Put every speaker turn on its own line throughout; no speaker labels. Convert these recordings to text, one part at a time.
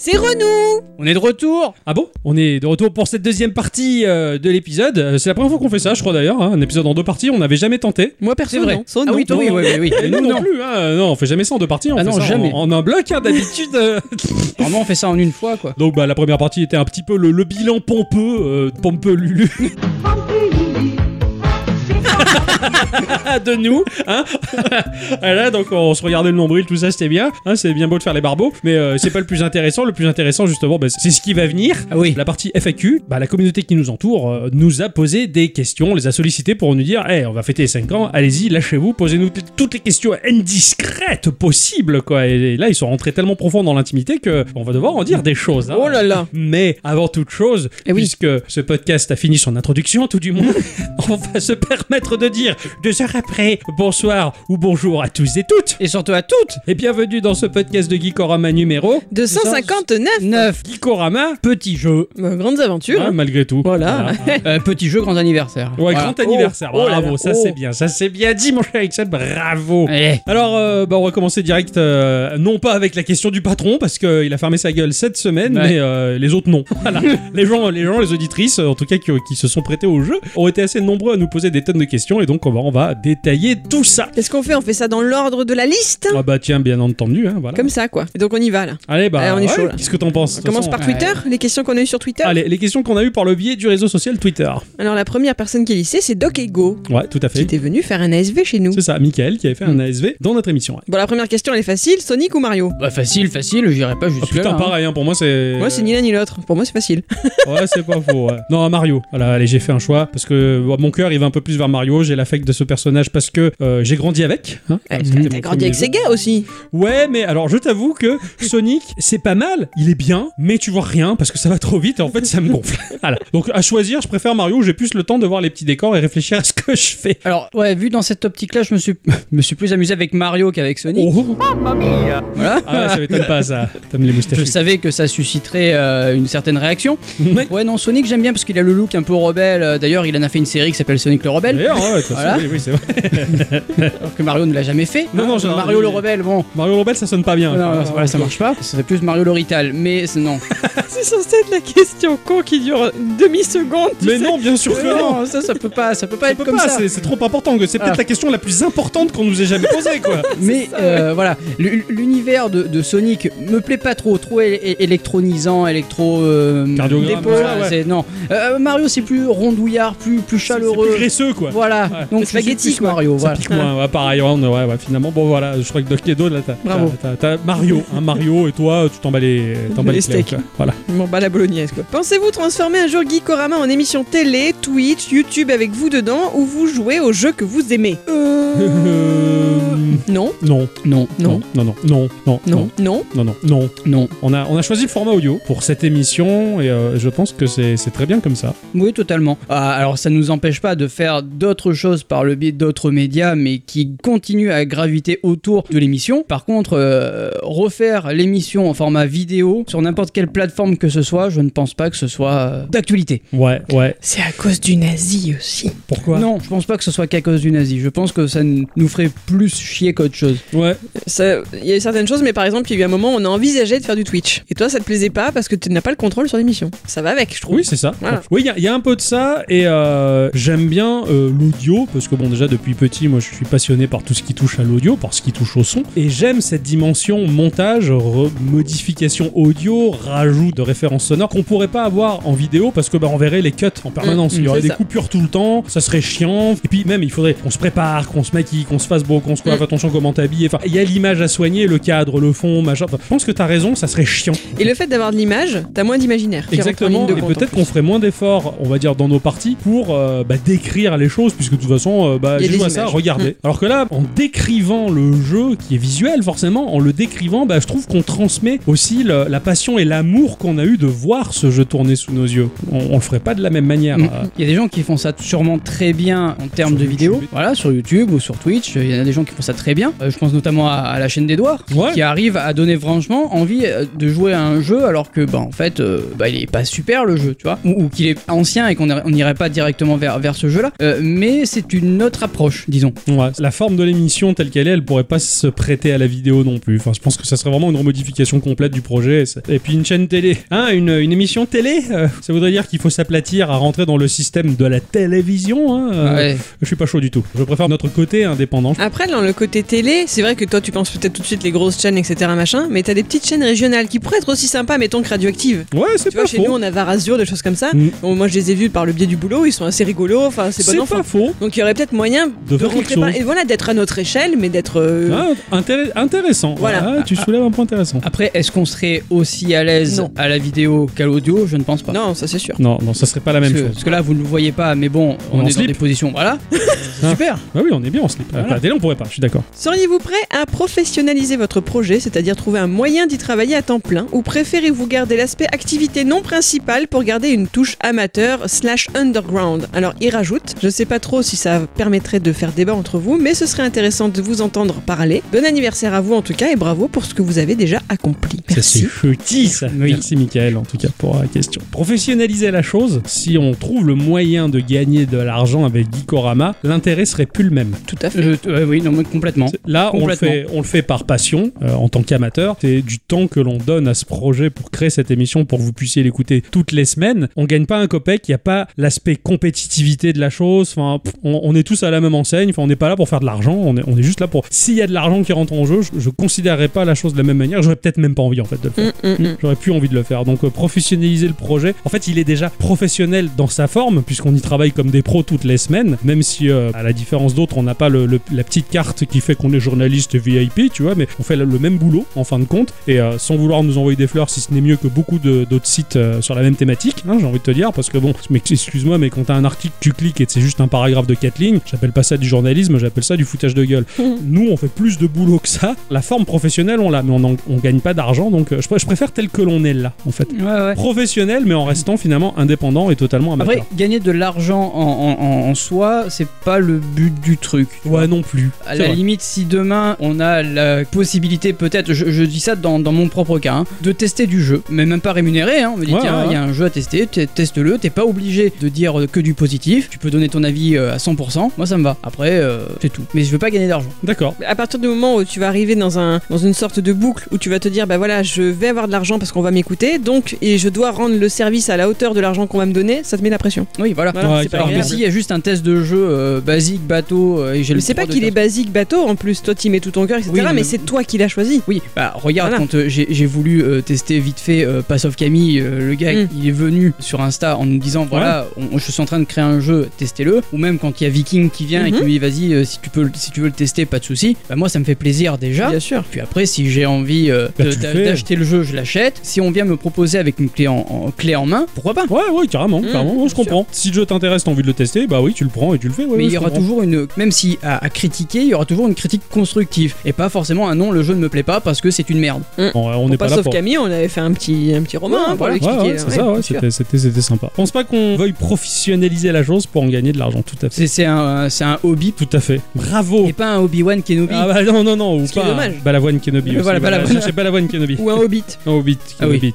c'est Renou
On est de retour Ah bon On est de retour pour cette deuxième partie euh, de l'épisode. Euh, C'est la première fois qu'on fait ça, je crois d'ailleurs. hein. Un épisode en deux parties, on n'avait jamais tenté.
Moi perso,
C'est vrai.
non. Ça,
Ah
non.
oui, toi, oui, oui, oui, oui.
Et nous, non, plus, hein. Euh, non, on fait jamais ça en deux parties, on
Ah
fait
non,
ça en-
jamais.
En, un bloc hein, d'habitude. euh.
Normalement, on fait ça en une fois, quoi.
Donc bah, la première partie était un petit peu le, le bilan pompeux, euh, pompeux Lulu de nous. Hein Ah là, donc on se regardait le nombril, tout ça c'était bien. Hein, c'est bien beau de faire les barbeaux, mais euh, c'est pas le plus intéressant. Le plus intéressant justement, bah, c'est ce qui va venir.
Ah oui.
La partie FAQ, bah, la communauté qui nous entoure euh, nous a posé des questions, les a sollicitées pour nous dire hey, on va fêter les 5 ans, allez-y, lâchez-vous, posez-nous t- toutes les questions indiscrètes possibles. Quoi. Et, et là, ils sont rentrés tellement profond dans l'intimité que on va devoir en dire des choses. hein.
Oh là là
Mais avant toute chose,
Eh oui.
puisque ce podcast a fini son introduction, tout du moins, on va se permettre de dire deux heures après bonsoir ou bonjour à tous et toutes.
Et surtout à toutes
Et bienvenue dans ce podcast de Geekorama numéro
De 159
9
Geekorama,
petits jeux.
Bah, Grandes aventures
hein, malgré tout.
Voilà.
Euh, petits jeux, grand anniversaire.
Ouais,
Voilà.
grand anniversaire.
Oh, oh là
bravo,
là,
ça
oh.
c'est bien, ça c'est bien dit, mon cher Ixon, bravo.
Eh,
Alors, euh, bah, on va commencer direct, euh, non pas avec la question du patron, parce qu'il a fermé sa gueule cette semaine,
Ouais.
mais euh, les autres non. Voilà. les, gens, les gens, les auditrices, euh, en tout cas qui, qui se sont prêtés au jeu, ont été assez nombreux à nous poser des tonnes de questions, et donc on va, on va détailler tout ça.
Qu'est-ce qu'on fait On fait ça dans l'ordre de la liste
Ah bah tiens, bien entendu, hein, voilà.
Comme ça, quoi. Et donc on y va, là.
Allez, bah,
Allez, on est chaud, là.
qu'est-ce que t'en penses
On
De toute
commence
façon,
par
ouais.
Twitter, les questions qu'on a eues sur Twitter.
Allez, les questions qu'on a eues par le biais du réseau social Twitter.
Alors la première personne qui est listée, c'est Doc Ego,
Ouais, tout à
qui
fait.
était venu faire un ASV chez nous.
C'est ça, Michael qui avait fait
Hmm.
un ASV dans notre émission. Ah, ouais.
Bon, la première question, elle est facile, Sonic ou Mario
bah facile, facile, j'irai pas
Ah,
jusque
putain,
là.
pareil, hein, pour moi c'est.
Moi, c'est ni l'un ni l'autre. Pour moi, c'est facile.
Ouais, c'est pas faux. ouais. Non, Mario. Voilà, allez, j'ai fait un choix parce que ouais, mon cœur il va un peu plus vers Mario. J'ai l'affect de ce personnage parce que euh, j'ai grandi avec. hein.
Ouais,
C'était mon
T'as grandi avec
premier jeu.
Sega aussi.
Ouais, mais alors je t'avoue que Sonic, c'est pas mal. Il est bien, mais tu vois rien parce que ça va trop vite et en fait ça me gonfle. voilà. Donc à choisir, je préfère Mario. J'ai plus le temps de voir les petits décors et réfléchir à ce que je fais.
Alors, ouais, vu dans cette optique-là, je me suis, me suis plus amusé avec Mario qu'avec Sonic.
Oh.
Voilà.
Ah ouais, ça m'étonne pas ça. T'aimes les
Je
moustaches.
savais que ça susciterait euh, une certaine réaction. Ouais, non, Sonic, j'aime bien parce qu'il a le look un peu rebelle. Euh, D'ailleurs, il en a fait une série qui s'appelle Sonic le Rebelle,
D'ailleurs, ouais, de toute façon,
Voilà.
oui, oui, c'est vrai.
alors que Mario ne l'a jamais fait.
Non, non, j'ai-
Mario le Rebelle, bon.
Mario Lobel, ça sonne pas bien.
Non, non, voilà, ça marche pas. Ça serait plus Mario l'Orital, mais c'est- non.
Ah, C'est censé être la question con qui dure une demi-seconde. tu sais.
Mais non, bien sûr que non.
non, ça, ça peut pas, ça peut pas
Ça
être
peut
comme
pas,
ça.
c'est- C'est trop important. que C'est
Ah.
peut-être la question la plus importante qu'on nous ait jamais posée, quoi.
Mais euh, voilà, l'u- l'univers de, de Sonic me plaît pas trop, trop é- é- électronisant, électro. euh,
Cardiogramme,
dépôt,
ouais, ouais.
c'est- Non, Euh, Mario c'est plus rondouillard, plus plus
C'est-
chaleureux.
C'est plus graisseux, quoi.
voilà, donc je suis
Spaghetti,
plus
quoi.
Mario.
Ça
Voilà.
pique moins, ouais, pareil, ouais, ouais, ouais, finalement, bon voilà, je crois que Doc Kedo, là, t'as-
Bravo.
t'as- t'as t'as Mario, hein, Mario, et toi, tu t'en bats les, t'en bats
Les
les clés,
steaks.
quoi. Voilà.
Bon, bah la bolognaise quoi. Pensez-vous transformer un jour Geekorama en émission télé, Twitch, YouTube avec vous dedans où vous jouez aux jeux que vous aimez Euh.
Euh,
Non,
Non,
Non,
non, non, non, non, non,
non, non.
non, non, non.
non.
On a, on a choisi le format audio pour cette émission et euh, je pense que c'est c'est très bien comme ça.
Oui, totalement. Ah, alors, ça nous empêche pas de faire d'autres choses par le biais d'autres médias, mais qui continuent à graviter autour de l'émission. Par contre, euh, refaire l'émission en format vidéo sur n'importe quelle plateforme que ce soit, je ne pense pas que ce soit euh, d'actualité.
Ouais, ouais.
C'est à cause du nazi aussi.
Pourquoi
Non, je pense pas que ce soit qu'à cause du nazi. Je pense que ça n- nous ferait plus chier qu'autre chose.
Ouais.
Ça- Il y a eu certaines choses, mais par exemple, il y a eu un moment où on a envisagé de faire du Twitch. Et toi, ça te plaisait pas parce que tu n'as pas le contrôle sur l'émission. Ça va avec, je trouve.
Oui, c'est ça.
Voilà.
Oui, il y a- il y, a un peu de ça et euh, j'aime bien euh, l'audio parce que bon déjà depuis petit, moi je suis passionné par tout ce qui touche à l'audio, par ce qui touche au son et j'aime cette dimension montage, re- modification audio, rajout de références sonores qu'on pourrait pas avoir en vidéo parce que bah, on verrait les cuts en permanence,
Mm,
il y
mm,
aurait
c'est
des
ça.
coupures tout le temps, ça serait chiant et puis même il faudrait qu'on se prépare, qu'on se maquille, qu'on se fasse beau, qu'on se coiffe,
Mm.
attention comment t'habilles, enfin il y a l'image à soigner, le cadre, le fond, machin. Enfin, je pense que t'as raison, ça serait chiant.
Et le fait d'avoir de l'image, t'as moins d'imaginaire. qui rentre en
Exactement,
ligne de
et
compte,
peut-être
en plus.
qu'on ferait moins d'efforts, on va dire, dans nos parties pour euh, bah, décrire les choses, puisque de toute façon, euh, bah,
Il y a
je
des
vois ça,
images. Hmm.
regardez. Alors que là, en décrivant le jeu, qui est visuel forcément, en le décrivant, bah, je trouve qu'on transmet aussi le- la passion et l'amour qu'on a eu de voir ce jeu tourner sous nos yeux. On, on le ferait pas de la même
Hmm.
manière.
Mm.
euh.
Il y a des gens qui font ça sûrement très bien en termes
Sur
de
YouTube.
vidéo. Voilà, sur YouTube ou sur Twitch, il y en a des gens qui font ça très bien. Euh, je pense notamment à, à la chaîne d'Edouard.
Ouais.
qui arrive à donner franchement envie euh, de jouer à un jeu alors que bah en fait euh, bah, il est pas super le jeu tu vois ou, ou qu'il est ancien et qu'on a- on n'irait pas directement vers, vers ce jeu là euh, mais c'est une autre approche, disons.
Ouais, la forme de l'émission telle qu'elle est, elle pourrait pas se prêter à la vidéo non plus. Enfin, je pense que ça serait vraiment une remodification complète du projet. Et c'est- Et puis une chaîne télé, hein, une, une émission télé, euh, ça voudrait dire qu'il faut s'aplatir à rentrer dans le système de la télévision. hein, euh,
Ouais.
Je suis pas chaud du tout. Je préfère notre côté indépendant.
Après, dans le côté télé, c'est vrai que toi, tu penses peut-être tout de suite les grosses chaînes, etc. Machin, mais t'as des petites chaînes régionales qui pourraient être aussi sympas, mettons que radioactive.
Ouais, c'est
Tu vois,
pas
chez nous,
faux.
on a Varazio, des choses comme ça.
Mm.
Bon, moi, je les ai vus par le biais du boulot, ils sont assez rigolos, enfin, c'est
C'est
bon
pas,
enfant.
faux.
Donc, il y aurait peut-être moyen de,
faire
rentrer
quelque
par-
chose.
Et voilà, d'être à notre échelle, mais d'être. euh,
Ah, intér- intéressant.
Voilà.
Ah, tu soulèves un point intéressant.
Après, est-ce qu'on serait aussi à l'aise
Non.
à la vidéo qu'à l'audio Je ne pense pas.
Ah.
Non, ça c'est sûr.
Non, non, ça serait pas la même
parce, que,
chose.
parce que là, vous ne le voyez pas, mais bon, on,
On en
est dans
slip.
des positions. Voilà,
Ah.
c'est super.
Ah oui, on est bien, on se lit pas.
Voilà.
La télé, on pourrait pas, je suis d'accord.
Seriez-vous prêt à professionnaliser votre projet, c'est-à-dire trouver un moyen d'y travailler à temps plein, ou préférez-vous garder l'aspect activité non principale pour garder une touche amateur slash underground Alors il rajoute, je sais pas trop si ça permettrait de faire débat entre vous, mais ce serait intéressant de vous entendre parler. Bon anniversaire à vous en tout cas et bravo pour ce que vous avez déjà accompli.
Ça,
Merci.
c'est petit, ça.
Oui.
Merci, Michael, en tout cas, pour la question. Professionnaliser la chose, si on trouve le moyen de gagner de l'argent avec Geekorama, l'intérêt serait plus le même.
Tout à fait.
Je- Euh, ouais, oui, non, mais complètement.
C'est- Là, on le,
Complètement.
fait, on le fait par passion, euh, en tant qu'amateur. C'est du temps que l'on donne à ce projet pour créer cette émission, pour que vous puissiez l'écouter toutes les semaines. On gagne pas un copec, il n'y a pas l'aspect compétitivité de la chose. Enfin, pff, on, on est tous à la même enseigne. Enfin, on n'est pas là pour faire de l'argent. On est, on est juste là pour. S'il y a de l'argent qui rentre en jeu, je, je considérerais pas la chose de la même manière. J'aurais peut-être même pas envie, en fait, de le faire.
Mm, mm, mm.
J'aurais plus envie de le faire. Donc euh, professionnaliser le projet. En fait, il est déjà professionnel dans sa forme puisqu'on y travaille comme des pros toutes les semaines. Même si, euh, à la différence d'autres, on n'a pas le- le- la petite carte qui fait qu'on est journaliste VIP, tu vois, mais on fait le, le même boulot en fin de compte. Et euh, sans vouloir nous envoyer des fleurs, si ce n'est mieux que beaucoup de- d'autres sites euh, sur la même thématique, hein, j'ai envie de te dire, parce que bon, mais excuse-moi, mais quand t'as un article, tu cliques et c'est juste un paragraphe de 4 lignes. J'appelle pas ça du journalisme, j'appelle ça du foutage de gueule. Nous, on fait plus de boulot que ça. La forme professionnelle, on l'a, mais on, en- on gagne pas d'argent, donc euh, je, pr- je préfère tel que l'on est là, en fait.
Ouais, ouais.
Professionnel, mais en restant finalement indépendant et totalement amateur.
Après, gagner de l'argent en, en- en- en soi, c'est pas le but du truc. tu vois.
ouais, non plus.
À
C'est
la
vrai.
limite, si demain on a la possibilité, peut-être, je, je dis ça dans, dans mon propre cas, hein, de tester du jeu, mais même pas rémunéré, hein, on me dit
Ouais,
tiens,
ouais,
il y a un jeu à tester, t- teste-le, t'es pas obligé de dire euh, que du positif, tu peux donner ton avis euh, à 100%, moi ça me va. Après, euh, c'est tout. Mais je veux pas gagner d'argent.
D'accord.
À partir du moment où tu vas arriver dans, un, dans une sorte de boucle où tu vas te dire, bah voilà, je vais avoir de l'argent parce qu'on va m'écouter, donc, et je dois rendre le service à la hauteur de l'argent qu'on va me donner, ça te met la pression.
Oui, voilà.
Voilà,
Ouais,
c'est pas
Alors que
agréable.
s'il y a juste un test de jeu euh, basique, bateau, euh, et
Mais
j'ai le
c'est
droit
pas
de
qu'il
dire
est basique bateau, en plus, toi tu mets tout ton cœur, etc.
Oui,
mais
mais-
c'est toi qui l'as choisi.
Oui, bah regarde,
Voilà.
quand euh, j'ai j'ai voulu euh, tester vite fait euh, Pass of Camille, euh, le gars,
Mm.
il est venu sur Insta en nous disant voilà, on- je suis en train de créer un jeu, testez-le. Ou même quand il y a Viking qui vient et
Mm-hmm.
qui
Mhm.
me dit vas-y, euh, si, tu peux le- si tu veux le tester, pas de souci. Bah moi, ça me fait plaisir déjà.
Bien sûr.
Puis après, si j'ai envie euh,
Bah,
de-
tu le
d'a-
fais.
d'acheter le jeu, je l'achète. Si on vient me proposer avec une clé en, en- clé en main, pourquoi pas
Ouais, ouais, carrément.
Mmh,
carrément. Ouais, je
bien sûr.
comprends. Si le jeu t'intéresse, t'as envie de le tester, bah oui, tu le prends et tu le fais. Ouais,
mais
ouais,
il
je
y aura
comprends.
toujours une, même si à, à critiquer, il y aura toujours une critique constructive et pas forcément un non, le jeu ne me plaît pas parce que c'est une merde.
Bon, ouais, on n'est
Pour
pas
pas
là
sauf
pour.
Camille, on avait fait un petit, un petit roman
Ouais,
hein, pour
voilà.
Ouais,
l'expliquer.
ouais, c'est ça, ouais,
bien sûr.
c'était, c'était, c'était sympa. Je pense pas qu'on veuille professionnaliser la chose pour en gagner de l'argent, tout à fait.
C'est c'est un, c'est un hobby
Tout à fait. Bravo.
et pas un Obi-Wan Kenobi.
Ah bah non, non, non, ou
Ce qui est
pas.
dommage.
Balavoine Kenobi.
Euh,
Aussi,
voilà, Balavoine.
cherchez Balavoine Kenobi.
Ou un hobbit.
Un Hobbit,
Ah oui.
Hobbit.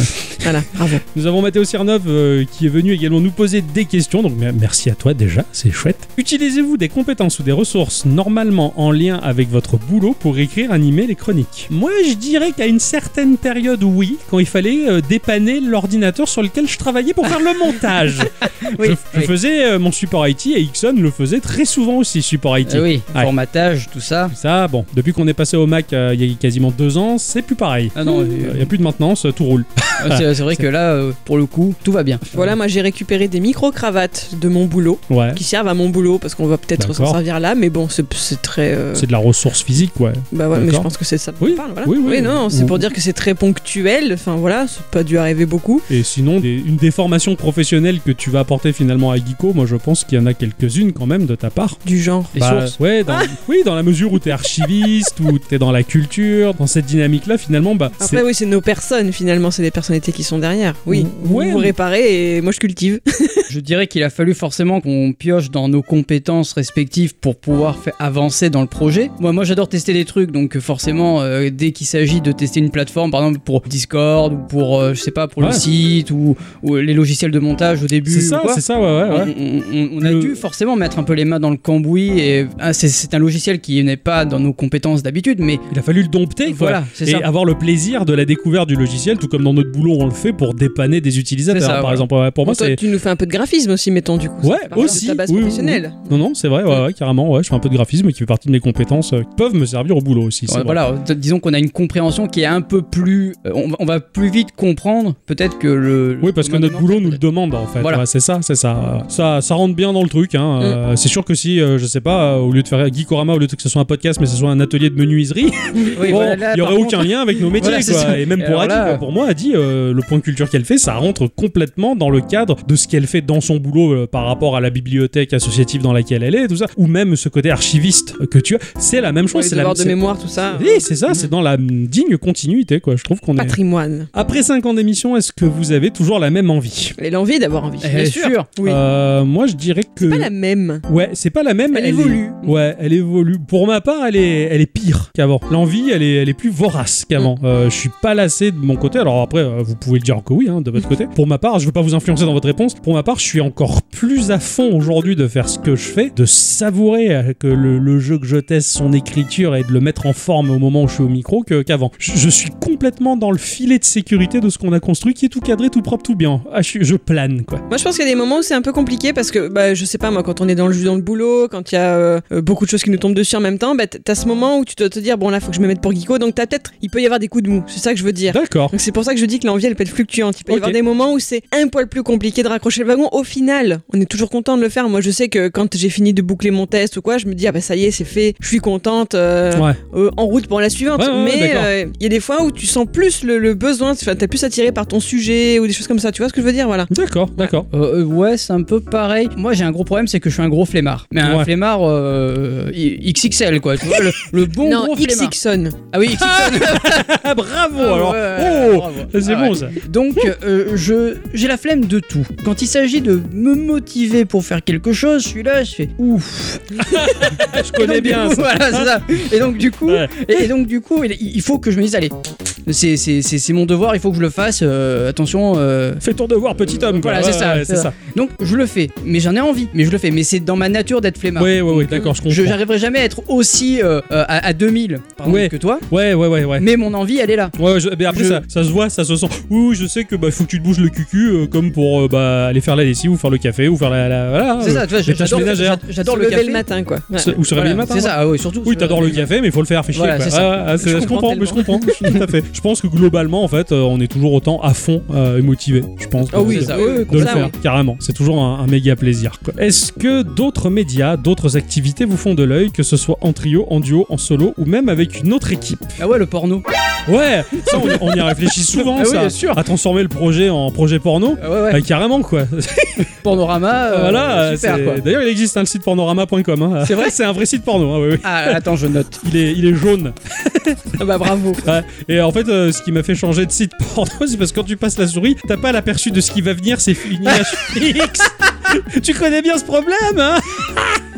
voilà, bravo.
Nous avons Mathéo Cernov euh, qui est venu également nous poser des questions, donc mer- merci à toi déjà, c'est chouette. Utilisez-vous des compétences ou des ressources normalement en lien avec votre boulot pour écrire, animer les chroniques Moi je dirais qu'à une certaine période, oui, quand il fallait euh, dépanner l'ordinateur sur lequel je travaillais pour faire le montage.
Oui, Ah
je, je
oui.
faisais euh, mon support IT et Ixon le faisait très souvent aussi, support IT.
Euh, oui,
Ouais.
formatage, tout ça.
Ça, bon, depuis qu'on est passé au Mac euh, il y a quasiment deux ans, c'est plus pareil.
Ah non,
Euh,
euh,
il n'y a plus de maintenance, euh, tout roule.
Ah, c'est c'est vrai que là, euh, pour le coup, tout va bien.
Voilà, moi j'ai récupéré des micro-cravates de mon boulot,
Ouais.
euh,
qui servent à mon boulot, parce qu'on va peut-être s'en
D'accord.
servir là, mais bon, c'est c'est très... euh,
C'est de la ressource physique, ouais.
Bah ouais, mais je
D'accord.
pense que c'est ça. dont
Oui,
on parle, voilà.
oui, oui.
non, c'est
Ou-
pour dire que c'est très ponctuel. Enfin voilà, c'est pas dû arriver beaucoup.
Et sinon, des- une déformation professionnelle que tu vas apporter finalement à Geeko, moi je pense qu'il y en a quelques-unes quand même de ta part.
Du genre.
Les
Bah,
sources.
ouais,
Ah
dans- Oui, dans la mesure où t'es archiviste, où t'es dans la culture, dans cette dynamique-là, finalement, bah, c'est
Après oui, c'est nos personnes finalement, c'est des personnes fonctionnalités qui sont derrière. Oui,
Ouais,
vous
mais-
réparez et moi je cultive.
Je dirais qu'il a fallu forcément qu'on pioche dans nos compétences respectives pour pouvoir faire avancer dans le projet. Moi, moi j'adore tester des trucs, donc forcément, euh, dès qu'il s'agit de tester une plateforme, par exemple pour Discord ou pour, euh, je sais pas, pour
Ouais.
le site ou, ou les logiciels de montage au début.
C'est
ou
ça,
quoi,
c'est ça, ouais, ouais. ouais.
On, on- on- on a
Le-
dû forcément mettre un peu les mains dans le cambouis et ah, c'est- c'est un logiciel qui n'est pas dans nos compétences d'habitude, mais
Il a fallu le dompter, quoi.
voilà, c'est
et
ça.
avoir le plaisir de la découverte du logiciel, tout comme dans notre boulot, on le fait pour dépanner des utilisateurs,
C'est ça,
par
voilà.
exemple. Ouais, Pour moi,
Toi,
c'est.
tu nous fais un peu de graphisme aussi, mettons du coup. Ça
Ouais,
fait partie de
aussi.
ta base
oui, oui,
professionnelle.
oui. Non, non, c'est vrai, ouais, ouais, carrément. Ouais, je fais un peu de graphisme qui fait partie de mes compétences euh, qui peuvent me servir au boulot aussi. c'est
Ouais,
vrai.
voilà, d- disons qu'on a une compréhension qui est un peu plus. euh, on, va- on va plus vite comprendre, peut-être que le.
Oui, parce que notre boulot nous le demande en fait.
Voilà.
Ouais, c'est ça, c'est ça. Euh, Ça, ça rentre bien dans le truc. Hein.
Mm.
Euh, c'est sûr que si, euh, je sais pas, euh, au lieu de faire Geekorama, au lieu de que ce soit un podcast, mais ce soit un atelier de menuiserie,
Oui,
bon,
voilà, là,
oh, il y
par
aurait
contre,
aucun lien avec nos métiers.
Voilà, c'est
quoi.
ça.
Et même
Et
pour
alors
Adi,
là-
quoi, pour moi, Adi, euh, le point culture qu'elle fait, ça rentre complètement dans le cadre de ce qu'elle fait dans son boulot euh, par rapport à la bibliothèque associative dans laquelle elle est, tout ça, ou même ce côté archiviste euh, que tu as. C'est la même
Pour
chose.
les
c'est la
devoirs de
c'est-
mémoire, tout ça.
Oui, c'est ça, c'est dans la mm, digne continuité, quoi. Je trouve qu'on est.
Patrimoine.
Après 5 ans d'émission, est-ce que vous avez toujours la même envie
Et l'envie d'avoir envie.
eh,
Bien sûr.
sûr.
Oui.
Euh, moi, je dirais que.
Pas la même.
Ouais, c'est pas la même.
Elle
est-
évolue.
Ouais, elle évolue. Pour ma part, elle est, elle est pire qu'avant. L'envie, elle est, elle est plus vorace qu'avant.
Mm.
Euh, je suis pas lassé de mon côté. Alors après, euh, vous pouvez le dire que oui, hein, de votre côté. Pour ma part, je veux pas vous influencer dans votre réponse. Pour ma part, je suis encore plus à fond aujourd'hui de faire ce que je fais, de savourer euh, que le, le jeu que je teste, son écriture et de le mettre en forme au moment où je suis au micro que- qu'avant. Je, je suis complètement dans le filet de sécurité de ce qu'on a construit, qui est tout cadré, tout propre, tout bien. Ah, je, suis- je plane quoi.
Moi, je pense qu'il y a des moments où c'est un peu compliqué parce que, bah, je sais pas, moi, quand on est dans le jus, dans le boulot, quand il y a euh, euh, beaucoup de choses qui nous tombent dessus en même temps, bah, t- t'as ce moment où tu dois te dire, bon, là, faut que je me mette pour Geeko, donc t'as peut-être, il peut y avoir des coups de mou. C'est ça que je veux dire.
D'accord.
Donc c'est pour ça que je dis que l'envie elle peut être fluctuante. Il peut
Ok.
y avoir des moments où c'est un poil plus compliqué de raccrocher le wagon. Au final, on est toujours content de le faire. Moi je sais que quand j'ai fini de boucler mon test ou quoi, je me dis ah bah ça y est c'est fait, je suis contente, euh,
Ouais.
euh, en route pour la suivante.
Ouais, ouais, ouais,
Mais
d'accord.
euh, il y a des fois où tu sens plus le, le besoin, enfin t'es plus attiré par ton sujet ou des choses comme ça. Tu vois ce que je veux dire voilà.
D'accord, d'accord.
Euh, euh, ouais, c'est un peu pareil. Moi, j'ai un gros problème, c'est que je suis un gros flemmard. Mais un
Ouais.
flemmard euh, I- XXL, quoi. Tu vois, le, le bon
non,
gros flemmard.
XXon.
Ah oui, XXL.
Ah, bravo
Ah
alors.
ouais,
oh,
bravo.
c'est
Ah
bon
ouais.
ça.
Donc, euh, je j'ai la flemme de tout. Quand il s'agit de me motiver pour faire quelque chose, je suis là, je fais ouf.
Je
Et donc,
connais
du
bien
coup,
ça.
Voilà, c'est ça. Et donc du coup,
Ouais.
et, et donc du coup, il, il faut que je me dise, allez, c'est c'est- c'est- c'est mon devoir, il faut que je le fasse. euh, attention. euh.
Fais ton devoir, petit homme. quoi.
Voilà, c'est
Ouais,
ça,
ouais,
c'est
c'est ça.
Donc je le fais, mais j'en ai envie, mais je le fais. Mais c'est dans ma nature d'être flemmard.
Ouais, ouais, ouais, d'accord, je
Je
comprends.
n'arriverai jamais à être aussi euh, euh, à, à 2000 pardon,
Ouais.
que toi,
Ouais, ouais, ouais, ouais.
mais mon envie, elle est là.
Ouais, ouais, je- mais après
Je-
ça, ça se voit, ça se sent. Oui, oui, je sais que bah faut que tu te bouges le cucu euh, comme pour euh, bah aller faire la lessive ou faire le café ou faire la, la- voilà.
C'est
euh,
ça, tu vois,
les tâches
j'adore
ménagères.
j'adore
Se
le
lever
café.
le matin quoi. Ouais.
se- ou se
Voilà,
réveiller le
C'est
matin. ouais.
ça, ah ouais, surtout.
Oui, t'adores le café, mais il faut le faire, fais chier.
Voilà,
quoi.
c'est ça.
Ah, ah, c'est-
Je
je,
comprends
comprends, mais je comprends. Tout à fait. Je pense que globalement, en fait, euh, on est toujours autant à fond euh, et motivé. Je pense.
Ah oui,
Donc, euh,
c'est ça.
oui, oui,
de
comme
le
ça,
faire,
oui.
carrément. C'est toujours un, un méga plaisir. quoi. Est-ce que d'autres médias, d'autres activités vous font de l'œil, que ce soit en trio, en duo, en solo ou même avec une autre équipe
Ah ouais, le porno.
Ouais, ça, on, y- on y réfléchit souvent,
Ah oui,
ça,
bien sûr.
à transformer le projet en projet porno.
Ah ouais, ouais.
Euh, carrément quoi.
Panorama, euh,
voilà. euh,
super
c'est-
quoi.
D'ailleurs, il existe hein, le site pornorama.com. hein.
C'est vrai
C'est un vrai site porno. hein, oui, oui.
Ah, attends, je note.
Il est, il est jaune.
Ah bah bravo.
Ouais. Et en fait, euh, ce qui m'a fait changer de site porno, c'est parce que quand tu passes la souris, t'as pas l'aperçu de ce qui va venir, c'est une image fixe. tu connais bien ce problème, hein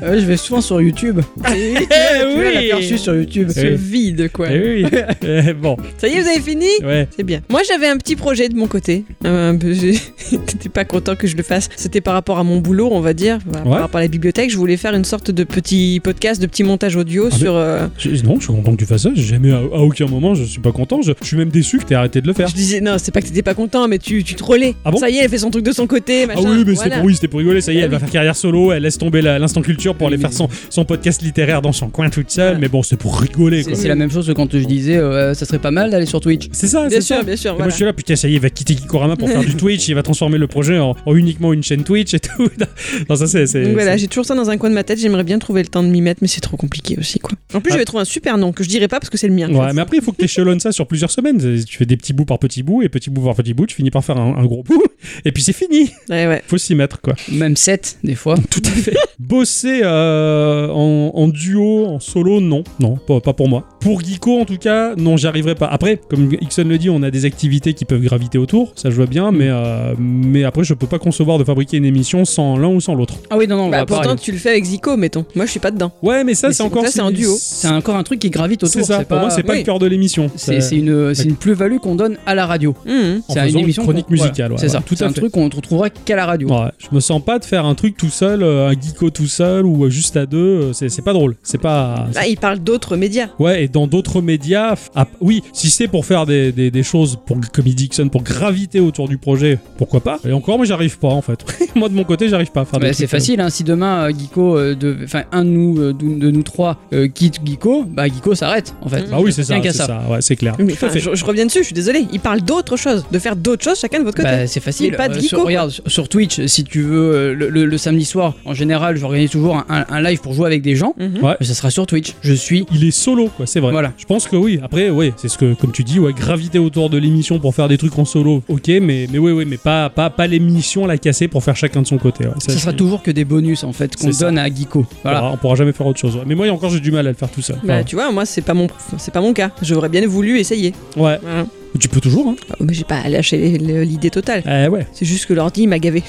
Ah ouais, je vais souvent sur YouTube. Et tu as- tu as
Eh oui.
l'aperçu sur YouTube.
Ce vide quoi.
Eh oui. Eh bon,
Ça y est vous avez fini
ouais.
C'est bien. Moi, j'avais un petit projet de mon côté. Euh, un peu- j'ai- T'étais pas content que je le fasse. C'était par rapport à mon boulot, on va dire, par
Ouais.
rapport à la bibliothèque. Je voulais faire une sorte de petit podcast, de petit montage audio
Ah,
sur. euh,
Je- non, je suis content que tu fasses ça. J'ai Jamais, à, à aucun moment, je suis pas content. Je, je suis même déçu que t'aies arrêté de le faire.
Je disais, non, c'est pas que t'étais pas content, mais tu, tu trollais.
Ah bon
ça y est, elle fait son truc de son côté,
Ah
machin.
oui, mais
Voilà.
c'était pour, oui, c'était pour rigoler, ça y est,
Ah
elle va
oui.
faire carrière solo, elle laisse tomber la- l'instant culture pour aller
Mais-
faire son, son podcast littéraire dans son coin toute seule,
Voilà.
mais bon, c'est pour rigoler
C'est
quoi.
c'est la même chose que quand je disais, euh, ça serait pas mal d'aller sur Twitch.
C'est ça,
Bien
c'est
sûr,
ça.
bien sûr.
Et
voilà.
Moi je suis là, putain, ça y est, il va quitter Gikorama pour faire du Twitch, il va transformer le projet en, en uniquement une chaîne Twitch et tout. Non, ça c'est. c'est-
Donc voilà,
c'est-
j'ai toujours ça dans un coin de ma tête. J'aimerais bien trouver le temps de m'y mettre, mais c'est trop compliqué aussi, quoi. En plus,
Ah.
j'avais trouvé un super nom que je dirais pas parce que c'est le mien. en
Ouais,
fait.
mais après, il faut que tu échelonnes ça sur plusieurs semaines. C'est- Tu fais des petits bouts par petits bouts, et petit bout par petit bout, tu finis par faire un, un gros bout, et puis c'est fini.
Ouais, ouais.
Faut s'y mettre, quoi.
Même 7, des fois.
Tout à fait. Bosser écouter euh, en, en duo, en solo, non. Non, pas, pas pour moi. Pour Geeko, en tout cas, non, j'y arriverai pas. Après, comme Ixon le dit, on a des activités qui peuvent graviter autour, ça je vois bien, mais,
Mm.
euh, mais après, je peux pas concevoir de fabriquer une émission sans l'un ou sans l'autre.
Ah oui, non, non,
Bah,
bah,
pourtant,
pareil.
tu le fais avec Zico, mettons. Moi, je suis pas dedans.
Ouais, mais ça,
Mais
c'est
c'est-
encore.
ça, c'est un duo.
c'est encore un truc qui gravite autour.
C'est ça, pour
pas-
moi, c'est pas
oui.
le cœur de l'émission.
c'est- c'est une, euh, c'est une plus-value qu'on donne à la radio.
Mhm.
En
C'est
faisant
une
une
émission
chronique
qu'on- voilà,
musicale, ouais,
c'est ça.
ouais, tout
c'est
à
un
fait.
truc qu'on ne retrouvera qu'à la radio.
Ouais, je me sens pas de faire un truc tout seul, euh, un geeko tout seul ou euh, juste à deux, euh, c'est c'est pas drôle. C'est pas.
Là, Ah, il parle d'autres médias.
Ouais, et dans d'autres médias, f- ah, oui, si c'est pour faire des, des- des choses, pour, comme il dit Ixon, pour graviter autour du projet, pourquoi pas Et encore, moi, j'arrive pas en fait. moi, de mon côté, j'arrive pas à faire des
Bah, c'est
trucs, euh,
facile, hein, si demain euh, Geeko, euh, de- enfin un de nous, euh, de, de nous trois euh, quitte Geeko, bah Geeko s'arrête en fait.
Mhm.
Bah oui, c'est ça,
Rien qu'à
c'est ça.
ça.
ouais, c'est clair.
Mais,
Tout à
enfin,
fait.
je, je reviens dessus, je suis désolé. Il parle d'autres choses, de faire d'autres choses chacun de votre côté.
Bah, c'est facile.
Mais pas de
Euh,
Geeko,
sur-
quoi.
regarde, sur sur Twitch, si tu veux, euh, le, le- le samedi soir, en général, j'organise toujours un, un- un live pour jouer avec des gens.
Mhm.
Bah, Ouais.
Ça sera sur Twitch. Je suis.
Il est solo, quoi, c'est vrai.
Voilà.
Je pense que oui. Après, ouais, c'est ce que, comme tu dis, ouais, graviter autour de l'émission pour faire des trucs en solo, ok, mais, mais ouais, ouais, mais pas, pas, pas l'émission à la casser pour faire chacun de son côté. ouais.
Ça,
c'est-
sera toujours que des bonus en fait qu'on
C'est ça.
donne à Geeko. Voilà.
Voilà, on pourra jamais faire autre chose. ouais. Mais moi, encore, j'ai du mal à le faire tout seul.
Bah, tu vois, moi, c'est pas mon, c'est pas mon cas. J'aurais bien voulu essayer.
Ouais,
Voilà.
tu peux toujours, hein.
Ah, Mais j'ai pas lâché le- l'idée totale.
Eh ouais.
C'est juste que l'ordi m'a gavé.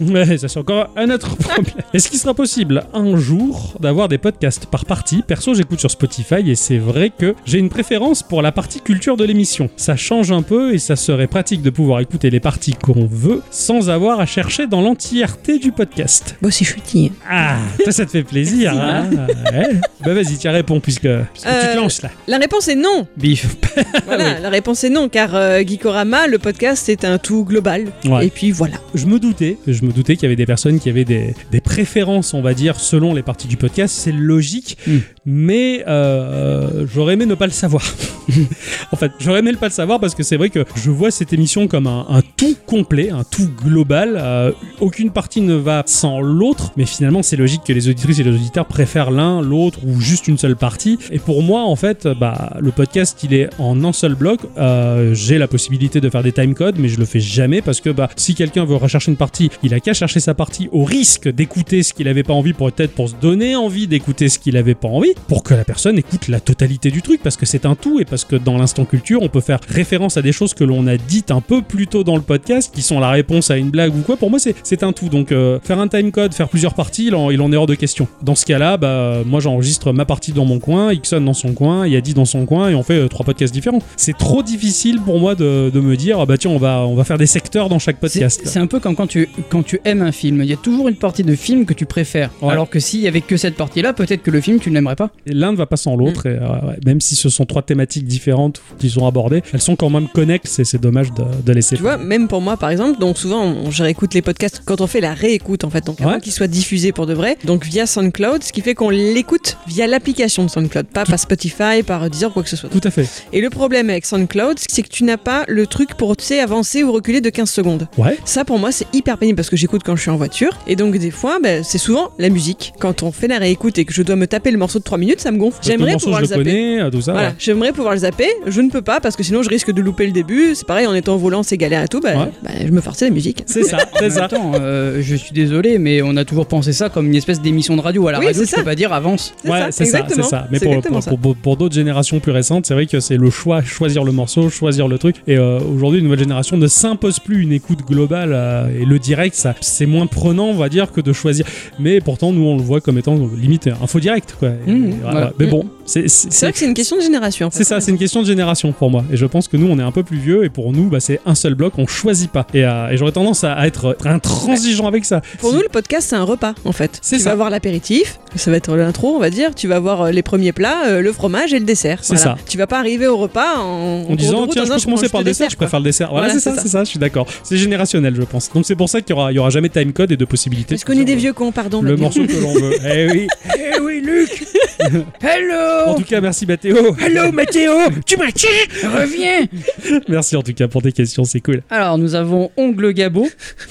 Ouais, ça c'est encore un autre problème. Est-ce qu'il sera possible un jour d'avoir des podcasts par partie Perso, j'écoute sur Spotify et c'est vrai que j'ai une préférence pour la partie culture de l'émission. Ça change un peu et ça serait pratique de pouvoir écouter les parties qu'on veut sans avoir à chercher dans l'entièreté du podcast.
Bon, c'est chouti.
Ah, toi ça te fait plaisir, hein Ouais. Bah vas-y, tiens, réponds puisque, puisque tu te
Euh,
lances là.
La réponse est non.
Bif.
Ah
Voilà, la réponse est non, car euh, Geekorama, le podcast, c'est un tout global.
Ouais.
Et puis voilà.
je me doutais, je me doutais qu'il y avait des personnes qui avaient des, des préférences, on va dire, selon les parties du podcast. C'est logique,
Mm.
mais euh, j'aurais aimé ne pas le savoir. en fait, j'aurais aimé ne pas le savoir parce que c'est vrai que je vois cette émission comme un, un tout complet, un tout global. Euh, aucune partie ne va sans l'autre, mais finalement, c'est logique que les auditrices et les auditeurs préfèrent l'un, l'autre ou juste une seule partie. Et pour moi, en fait, bah, le podcast, il est en un seul bloc. Euh, J'ai la possibilité de faire des time codes, mais je le fais jamais parce que bah, si quelqu'un veut rechercher une partie, il a qu'à chercher sa partie au risque d'écouter ce qu'il avait pas envie, pour peut-être pour se donner envie d'écouter ce qu'il avait pas envie, pour que la personne écoute la totalité du truc parce que c'est un tout et parce que dans l'instant culture, on peut faire référence à des choses que l'on a dites un peu plus tôt dans le podcast qui sont la réponse à une blague ou quoi. Pour moi, c'est- c'est un tout. Donc, euh, faire un time code, faire plusieurs parties, il en, il en est hors de question. Dans ce cas-là, bah, euh, moi, j'enregistre ma partie dans mon coin, Ixon dans son coin, Yadi dans son coin et on fait euh, trois podcasts différents. C'est trop difficile pour moi de, de me dire, ah bah tiens, on va, on va faire des secteurs dans chaque
C'est
podcast.
c'est un peu comme quand tu, quand tu aimes un film. Il y a toujours une partie de film que tu préfères.
Ouais.
Alors que s'il y avait que cette partie-là, peut-être que le film, tu ne l'aimerais pas.
Et L'un ne va pas sans l'autre,
Mm.
et euh, ouais, même si ce sont trois thématiques différentes qui sont abordées, elles sont quand même connexes et c'est dommage de, de laisser.
Tu vois, même pour moi, par exemple, donc souvent, on, je réécoute les podcasts quand on fait la réécoute, en fait, donc avant
Ouais.
qu'ils soient diffusés pour de vrai, donc via SoundCloud, ce qui fait qu'on l'écoute via l'application de SoundCloud, pas par Spotify, par Deezer, quoi que ce soit.
Tout à fait.
Et le problème avec SoundCloud, c'est que tu n'as pas le truc pour, tu sais, avancer ou reculer de 15 secondes.
Ouais.
Ça, pour moi, c'est hyper pénible parce que j'écoute quand je suis en voiture. Et donc, des fois, ben, c'est souvent la musique. Quand on fait la réécoute et que je dois me taper le morceau de 3 minutes, ça me gonfle. J'aimerais
Le morceau,
pouvoir
je
le
le
zapper.
connais, euh, tout ça.
Voilà,
ouais.
j'aimerais pouvoir le zapper, je ne peux pas parce que sinon je risque de louper le début. C'est pareil, en étant au volant, c'est galère et tout. Bah,
Ouais.
bah, je me farcais la musique.
C'est ça,
En
c'est
même
ça.
temps, euh, je suis désolé, mais on a toujours pensé ça comme une espèce d'émission de radio. À la
Oui,
radio,
c'est
tu peux
ça.
pas dire avance.
C'est ça,
c'est ça, c'est
exactement.
ça. Mais
C'est
pour,
exactement
pour,
ça.
pour, pour d'autres générations plus récentes, c'est vrai que c'est le choix, choisir le morceau, choisir le truc. Et euh, aujourd'hui, une nouvelle génération ne s'impose plus une écoute globale euh, et le direct, ça, c'est moins prenant, on va dire, que de choisir. Mais pourtant, nous, on le voit comme étant euh, limite un faux direct, quoi. Et,
Mhm,
voilà.
voilà.
Mais bon, c'est c'est-
Mmh. C'est vrai que c'est une question de génération. en fait.
C'est ça, c'est une question de génération pour moi. Et je pense que nous, on est un peu plus vieux, et pour nous, bah, c'est un seul bloc, on choisit pas. Et, euh, et j'aurais tendance à à être intransigeant avec ça.
Pour
Si-
nous, le podcast, c'est un repas en fait.
C'est
tu
ça.
vas voir l'apéritif, ça va être l'intro, on va dire. Tu vas voir euh, les premiers plats, euh, le fromage et le dessert.
C'est
Voilà.
ça.
Tu vas pas arriver au repas en,
en disant,
route
tiens,
en
je peux
prends
commencer
juste
par le dessert, je
quoi.
préfère le dessert. Voilà,
Voilà,
c'est ça,
c'est ça.
c'est ça, je suis d'accord. C'est générationnel, je pense. Donc c'est pour ça qu'il y aura, il y aura jamais de time code et de possibilité.
Parce qu'on est des
de-
vieux cons, pardon.
Le
Damien.
morceau que l'on veut. Eh oui.
Eh oui, Luc
En
Hello
tout cas, merci Mathéo.
Hello, Mathéo Tu m'attires Reviens
Merci en tout cas pour tes questions, c'est cool.
Alors, nous avons Ongle Gabo.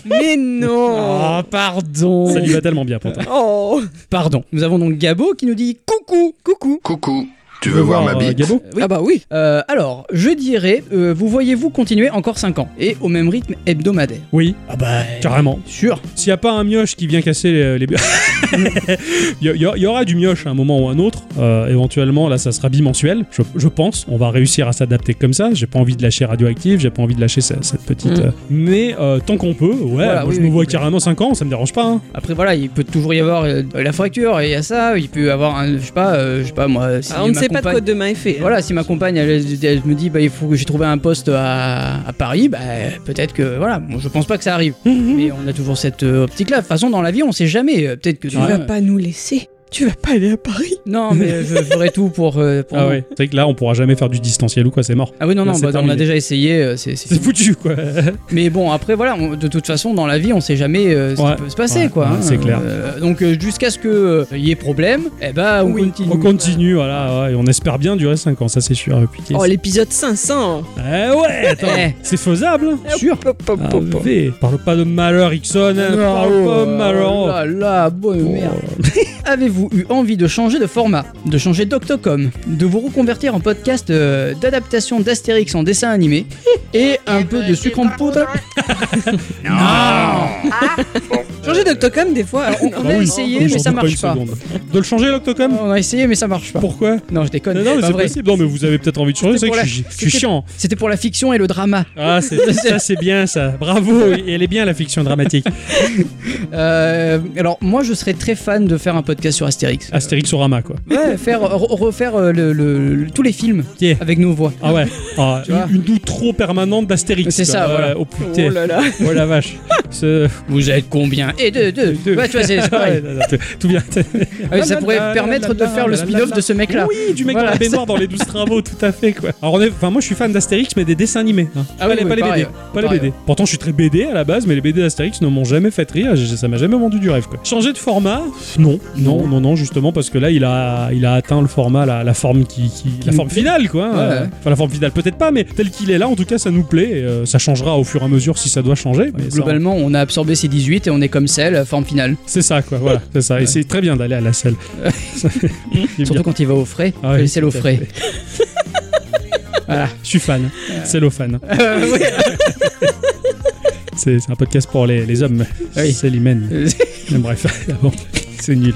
Mais non
Oh,
pardon
Ça lui va tellement bien pour toi.
Oh
Pardon. Nous avons donc Gabo qui nous dit coucou
Coucou
Coucou. Tu veux voir ma
euh,
bite
Gabo
Oui.
Ah bah oui.
Euh, alors, je dirais, euh, vous voyez-vous continuer encore 5 ans et au même rythme hebdomadaire
Oui,
Ah bah,
carrément.
sûr.
S'il n'y a pas un mioche qui vient casser les. les... il, y a- il y a- il y aura du mioche à un moment ou un autre. Euh, éventuellement, là, ça sera bimensuel, je, je pense. On va réussir à s'adapter comme ça. J'ai pas envie de lâcher Radioactive, j'ai pas envie de lâcher ce- cette, petite.
Mm.
euh, Mais euh, tant qu'on peut, ouais,
Voilà,
moi,
oui,
je
oui,
me vois
complètement.
carrément 5 ans, ça me dérange pas. hein.
Après voilà, il peut toujours y avoir euh, la fracture, il y a ça, il peut y avoir un, je sais pas, euh, je sais pas moi. Si
Ah, on ne
ma
sait pas de hein.
compagne-
quoi demain est fait.
Voilà, si ma compagne elle, elle- elle me dit bah il faut que j'ai trouvé un poste à, à Paris, bah peut-être que voilà, bon, je pense pas que ça arrive. Mais on a toujours cette euh, optique là. De toute façon dans la vie on sait jamais. euh, Peut-être que
Tu
demain-
vas pas nous laisser. Tu vas pas aller à Paris.
Non mais euh, je ferai tout pour. euh, pour
Ah
non.
ouais, c'est vrai que là, on pourra jamais faire du distanciel ou quoi, c'est mort.
Ah oui non
Là,
non,
c'est
bah, on a
terminé.
déjà essayé. euh, c'est- c'est-
C'est foutu, quoi.
Mais bon après voilà, on- de toute façon dans la vie on sait jamais euh, ce
Ouais.
qui peut se passer
Ouais,
quoi.
ouais,
hein.
c'est clair.
Euh, donc euh, jusqu'à ce que euh, il y ait problème, eh bah on
Oui.
continue.
on continue, voilà, ouais, et on espère bien durer 5 ans, ça c'est sûr. Putain,
Oh
c'est-
l'épisode 500.
Eh ouais, attends,
Eh.
c'est faisable.
Sûr.
Pop, pop,
Ah,
pop, pop.
V, parle pas de malheur, Ixon, hein, parle pas de
Oh
malheur.
là là, bonne
Oh.
merde. Avez-vous eu envie de changer de format, de changer d'Octocom, de vous reconvertir en podcast euh, d'adaptation d'Astérix en dessin animé et un peu de sucre en poudre
Ah
Changer d'octocom des fois. alors,
On,
on-
on a essayé,
Oh,
mais
j'en
ça
doute
marche
une
pas.
seconde. De le changer l'octocom
On a essayé, mais ça marche pas.
Pourquoi
Non, je déconne.
Non, non, mais
pas
c'est
vrai.
possible. Non, mais vous avez peut-être envie de changer.
C'était
C'est
pour
vrai
la-
que je suis- je suis
c'était-
chiant.
C'était pour la fiction et le drama.
Ah, c'est- ça c'est bien ça. Bravo. Elle est bien la fiction dramatique.
Euh, alors, moi, je serais très fan de faire un podcast sur Astérix.
Astérix Orama quoi.
Ouais, faire, re- refaire euh, le- le- le- tous les films
Yeah.
avec nos voix.
Ah ouais. Ah,
Tu vois
une, une doute trop permanente d'Astérix.
C'est ça,
quoi.
voilà.
Oh
Oh
putain.
là là.
Oh la vache. Ce-
Vous êtes combien Et deux, deux.
Deux.
Ah Ouais, tu vois, c'est c'est pareil.
Ouais, non, non, tout- Tout bien.
Ah oui, ça pourrait permettre de faire le spin-off de ce mec-là.
Oui, du mec
Ah. Voilà,
dans la baignoire dans les 12 travaux, tout à fait quoi. Alors on est- enfin moi je suis fan d'Astérix mais des dessins animés. hein.
Ah
pas
oui,
les,
oui,
pas les
pareil,
BD, pas les
pareil, hein.
BD. Pourtant je suis très BD à la base mais les BD d'Astérix ne m'ont jamais fait rire, j'ai- ça m'a jamais vendu du rêve quoi. Changer de format Non, non, non, non justement parce que là il a, il a atteint le format, la, la forme qui, qui- la
nous
forme finale quoi. Euh,
ouais.
Enfin la forme finale peut-être pas mais tel qu'il est là en tout cas ça nous plaît. et, euh, ça changera au fur et à mesure si ça doit changer. Mais ça,
Globalement, on a absorbé ces 18 et on est comme celle, forme finale.
c'est ça quoi, voilà, c'est ça. Et c'est très bien d'aller à la selle. Il est bien.
Surtout quand il va au frais.
Ah
que
oui,
c'est au
tout à
frais.
Je suis fan, cellophane.
Euh, ouais.
C'est c'est un podcast pour les, les hommes.
Oui.
C'est l'hymen.
Euh,
Mais Bref, ah bon, c'est nul.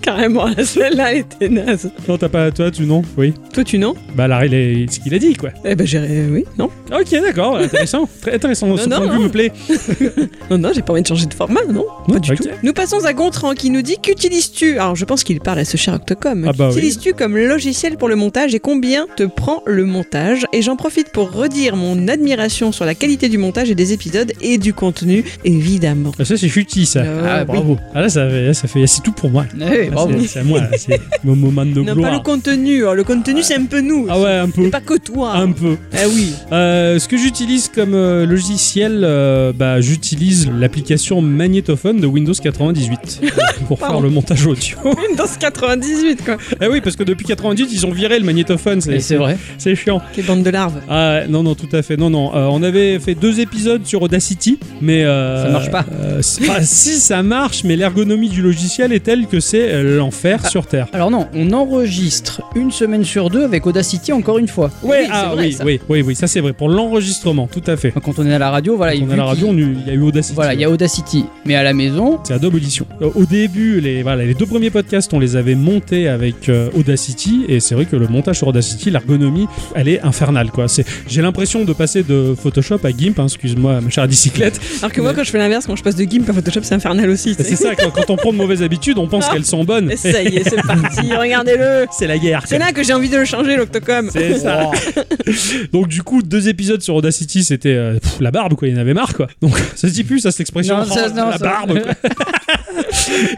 Carrément, celle-là elle était naze.
Non, t'as pas. Toi, tu non Oui.
Toi tu non
Bah, là, il est ce qu'il a dit, quoi.
Eh ben j'ai oui non
Ok, d'accord, intéressant. Très intéressant. Ce
Non,
point de
non,
vue
non.
me plaît.
non non j'ai pas envie de changer de format non.
Non, ok.
Nous passons à Gontran qui nous dit qu'utilises-tu Alors je pense qu'il parle à ce cher Octocom.
Ah bah oui.
Qu'utilises-tu comme logiciel pour le montage et combien te prend le montage Et j'en profite pour redire mon admiration sur la qualité du montage et des épisodes et du contenu, évidemment.
Ah, Ça, c'est chutis, ça.
Euh,
Ah,
oui.
bravo.
Ah, là, ça, là, ça fait. C'est tout pour moi.
Ouais,
Là,
Eh, bravo.
c'est- C'est à moi, là, c'est mon moment de
Non, pas le
gloire.
contenu, hein. le contenu c'est un peu nous.
Ah, ouais, un peu.
C'est pas que toi.
Un peu.
Eh
Ah oui.
Euh, ce que j'utilise comme euh, logiciel, euh, bah, j'utilise l'application Magnétophone de Windows 98 pour faire
Pardon.
le montage audio.
Dans ce 98 quoi.
Eh oui, parce que depuis 98, ils ont viré le magnétophone, c'est-
Et c'est vrai.
c'est chiant.
Quelle bande de larves.
Ah non, non, tout à fait. Non, non, euh, on avait fait deux épisodes sur Audacity, mais... euh,
Ça marche pas.
euh, c'est- enfin, si, ça marche, mais l'ergonomie du logiciel est telle que c'est euh, l'enfer
Ah.
sur Terre.
Alors non, on enregistre une semaine sur deux avec Audacity encore une fois.
Ouais,
ah
c'est vrai,
oui,
ça.
oui, oui, oui, ça c'est vrai, pour l'enregistrement, tout à fait.
Enfin, Quand on est à la radio, voilà.
Quand
il-
on a la radio, on eut- il y a eu Audacity.
Voilà, il y a Audacity. Mais à la maison,
C'est Adobe Audition. Euh, Au début, les, voilà, les deux premiers podcasts, on les avait montés avec euh, Audacity, et c'est vrai que le montage sur Audacity, l'ergonomie, pff, elle est infernale. quoi. C'est- J'ai l'impression de passer de Photoshop à GIMP, hein, excuse-moi, ma chère bicyclette.
Alors que moi quand je fais l'inverse, quand je passe de GIMP à Photoshop c'est infernal aussi. tu
C'est
sais.
ça, quand, quand on prend de mauvaises habitudes, on pense
Ah.
qu'elles sont bonnes.
Et ça y est, c'est parti, regardez-le.
C'est la guerre.
C'est là que j'ai envie de le changer l'Octocom.
C'est ça. Donc du coup, deux épisodes sur Audacity, c'était euh, pff, la barbe quoi, il y en avait marre quoi. Donc ça se dit plus ça cette expression
Non, ça,
Oh,
non,
la
ça-
barbe. quoi.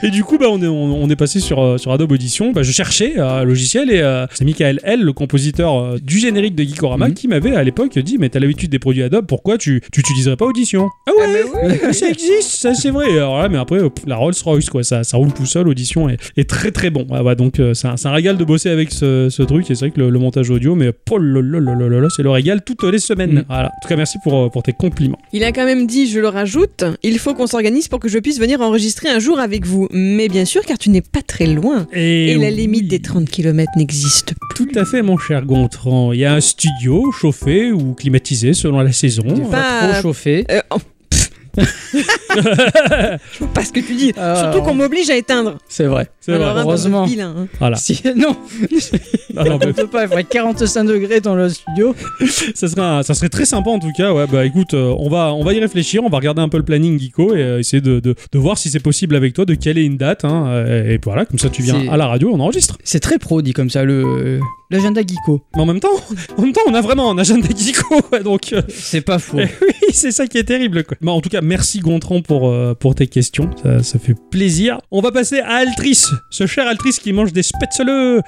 et du coup, bah on est on, on est passé sur euh, sur Adobe Audition. Bah, je cherchais euh, un logiciel et euh, c'est Michael L, le compositeur euh, du générique de Geekorama,
Mhm.
qui m'avait à l'époque dit mais t'as l'habitude des produits Adobe, pourquoi tu tu utiliserais pas Audition Ah ouais,
Ah bah oui.
ça existe, ça c'est vrai. Alors là, mais après, euh, pff, la Rolls Royce quoi, ça ça roule tourne tout seul, Audition est, est très très bon. Ah bah, donc euh, c'est un, c'est un régal de bosser avec ce, ce truc, et c'est vrai que le, le montage audio, mais oh là là là là là là, c'est le régal toutes les semaines.
Mm.
Voilà. En tout cas, merci pour, euh, pour tes compliments.
Il a quand même dit, je le rajoute, il faut qu'on s'organise pour que je puisse venir enregistrer un jour avec vous. Mais bien sûr, car tu n'es pas très loin. Et, la
oui.
limite des 30 km n'existe
Tout à fait, mon cher Gontran. Il y a un studio chauffé ou climatisé selon la saison.
pas.
Trop chauffé.
Euh, oh, pff. je vois pas ce que tu dis.
Ah.
Surtout qu'on m'oblige à éteindre.
C'est vrai.
C'est vrai.
Alors, un peu
heureusement.
vilain, hein.
Voilà.
Si, non,
Ah non,
on
mais
peut pas, il faudrait 45 degrés dans le studio.
ça, serait un- ça serait très sympa en tout cas. Ouais, bah écoute, euh, on, va, on va y réfléchir, on va regarder un peu le planning Geeko et euh, essayer de, de- de voir si c'est possible avec toi de caler une date. hein, euh, et voilà, comme ça tu viens
C'est-
à la radio, on enregistre.
C'est très pro, dit comme ça, le l'agenda geeko.
Mais en même temps, en même temps on a vraiment un agenda Geeko. ouais, donc euh,
C'est pas faux.
oui, c'est ça qui est terrible. Quoi. Bah, en tout cas, merci Gontran pour, euh, pour tes questions. Ça, ça fait plaisir. On va passer à Altrice, ce cher Altrice qui mange des spätzle.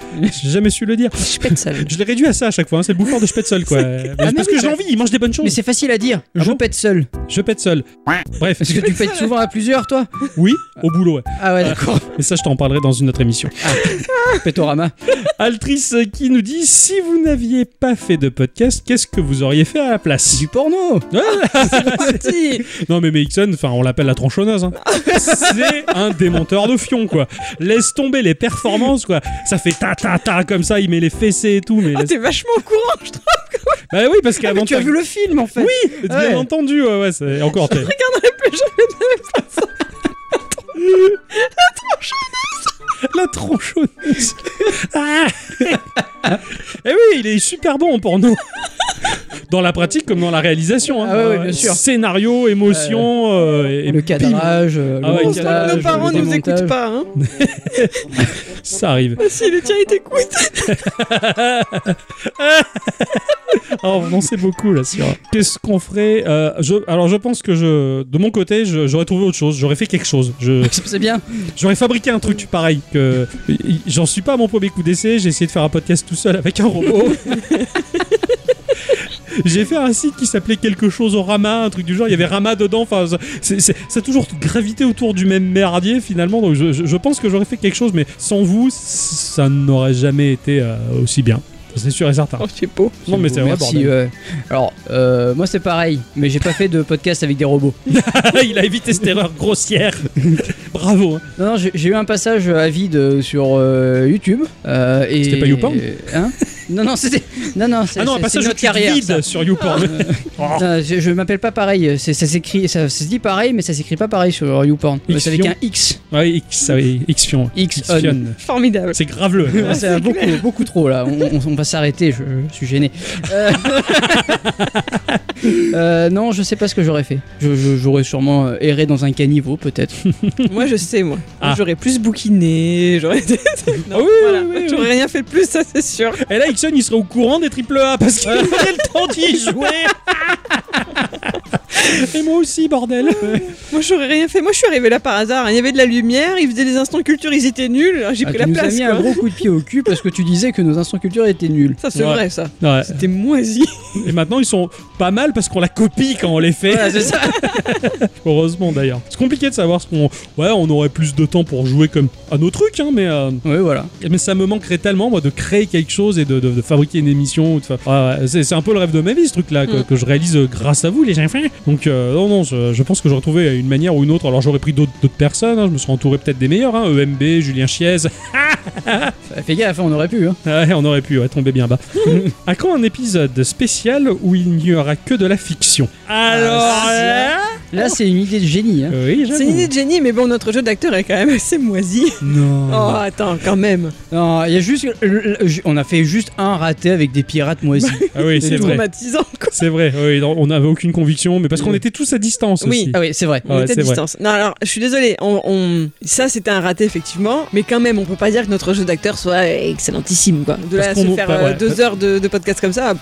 J'ai jamais su le dire.
Je pète ça.
Je l'ai réduit à ça à chaque fois, hein, c'est le bouffeur de Spätzle quoi. Mais
Ah, mais
parce
oui,
que j'ai
ça-
envie, il mange des bonnes choses.
Mais c'est facile à dire.
Ah
je
bon
pète seul.
Je pète seul. Bref,
Parce que tu pètes souvent à plusieurs, toi
oui, au boulot. ouais.
Ah ouais, d'accord.
Mais ça, je t'en parlerai dans une autre émission.
Pétorama.
Altrice qui nous dit si vous n'aviez pas fait de podcast, qu'est-ce que vous auriez fait à la place
Du porno
Parti.
Non, mais Mixon, enfin, on l'appelle la tronchonneuse. hein. C'est un démonteur de fion, quoi. Laisse tomber les performances, quoi. Ça fait ta ta ta comme ça, il met les fessées et tout. Mais
Oh,
laisse-
t'es vachement au courant, je trouve.
Bah oui, parce
Ah,
qu'avant
Mais tu as vu le film, en fait
Oui, bien
Ouais.
entendu, ouais, ouais, c'est- encore. t'es-
Regarde, plus jamais de la même façon.
La tronchonneuse. Ah Eh oui, il est super bon en porno. Dans la pratique comme dans la réalisation. hein.
Ah ouais, ouais, bien sûr.
Scénario, émotion euh, et, et
Le
bim.
cadrage, euh,
Ah ouais,
le
le
montage,
cadrage,
Nos parents
le
ne nous écoutent
démontage.
pas. Hein.
Ça arrive.
Ah, si, les tiens, ils t'écoutent.
Oh non, c'est beaucoup là. Sur... Qu'est-ce qu'on ferait Euh, je... Alors je pense que je, de mon côté, je- j'aurais trouvé autre chose. J'aurais fait quelque chose. Je-
C'est bien.
J'aurais fabriqué un truc pareil. Que... J'en suis pas à mon premier coup d'essai. J'ai essayé de faire un podcast tout seul avec un robot. J'ai fait un site qui s'appelait quelque chose au Rama, un truc du genre. Il y avait Rama dedans. Enfin, c'est- c'est- ça a toujours gravité autour du même merdier finalement. Donc, je, je- je pense que j'aurais fait quelque chose, mais sans vous, ça n'aurait jamais été euh, aussi bien. C'est sûr et certain.
Oh, c'est beau.
Non, mais c'est vrai,
Merci.
bordel.
ouais. Alors, euh, moi, c'est pareil. Mais j'ai pas fait de podcast avec des robots.
euh.
Il a évité cette erreur grossière. Bravo. hein.
Non, non, j'ai j'ai eu un passage à vide euh, sur euh, YouTube. euh, et-
C'était pas YouPorn
Hein Non, non, c'était. Non, non, c'est
Ah non, un
c'est-
passage
c'est
où
notre
tu
carrière.
vides
ça.
sur YouPorn. Oh.
Non, je je m'appelle pas pareil. C'est- Ça s'écrit, ça se dit pareil, mais ça s'écrit pas pareil sur YouPorn.
X-Fion.
C'est avec un X.
Ouais, X, ah oui, X-Fion.
X.
X-Fion.
Formidable.
C'est grave le.
Non, c'est beaucoup, beaucoup trop là. On, on- on va s'arrêter. Je, je suis gêné. Euh, euh, non, je sais pas ce que j'aurais fait. Je- je- J'aurais sûrement euh, erré dans un caniveau, peut-être.
moi, je sais, moi.
Ah.
J'aurais plus bouquiné. J'aurais été.
Ah oui,
Voilà.
oui, oui, oui.
J'aurais rien fait de plus, ça, c'est sûr.
Et là, Ixon, il serait au courant des triple A parce qu'il avait le temps d'y jouer. Et moi aussi, bordel.
Moi, j'aurais rien fait. Moi, je suis arrivé là par hasard. hein. Il y avait de la lumière, ils faisaient des instants culture, ils étaient nuls. alors J'ai
Ah,
pris
tu
la
nous
place.
as mis
quoi.
un gros coup de pied au cul parce que tu disais que nos instants culture étaient nuls.
Ça, c'est
Ouais.
vrai, ça.
Ouais.
C'était moisi.
Et maintenant, ils sont pas mal parce qu'on la copie quand on les fait.
Voilà, c'est ça.
Heureusement d'ailleurs. C'est compliqué de savoir ce qu'on. Ouais, on aurait plus de temps pour jouer comme à nos trucs, hein, mais. euh,
Oui, voilà.
Mais ça me manquerait tellement, moi, de créer quelque chose et de, de- de fabriquer une émission. ou de fa- Ah ouais, c'est c'est un peu le rêve de ma vie, ce truc-là, que,
Mm.
que je réalise euh, grâce à vous, les gens. Donc, euh, non, non, je, je pense que j'aurais trouvé une manière ou une autre. Alors, j'aurais pris d'autres d'autres personnes, hein, je me serais entouré peut-être des meilleurs, hein, EMB, Julien Chiez.
Fais- Fais gaffe, on aurait pu. Hein.
Ah ouais, on aurait pu ouais, tomber bien bas. à quand un épisode spécial où il n'y aura que de la fiction Alors
ça-
là
Là, c'est une idée de génie. Hein.
Oui,
euh, C'est une
j'avoue.
idée de génie, mais bon, notre jeu d'acteur est quand même assez moisi.
Non.
Oh, attends, quand même.
Non, il y a juste, le- le- on a fait juste un raté avec des pirates moisis.
Ah oui, c'est
C'est
vrai.
traumatisant, quoi.
C'est vrai, oui, non, on n'avait aucune conviction, mais parce qu'on
Oui.
était tous à distance
Oui.
aussi.
ah oui, c'est vrai.
On
Ouais,
était à
c'est vrai.
distance. Non, alors, je suis désolée. On, on- Ça, c'était un raté, effectivement. Mais quand même, on peut pas dire que notre jeu d'acteur soit excellentissime, quoi. De là
Parce
à
qu'on
se
nous-
faire
bah,
euh,
ouais.
deux heures de, de podcast comme ça.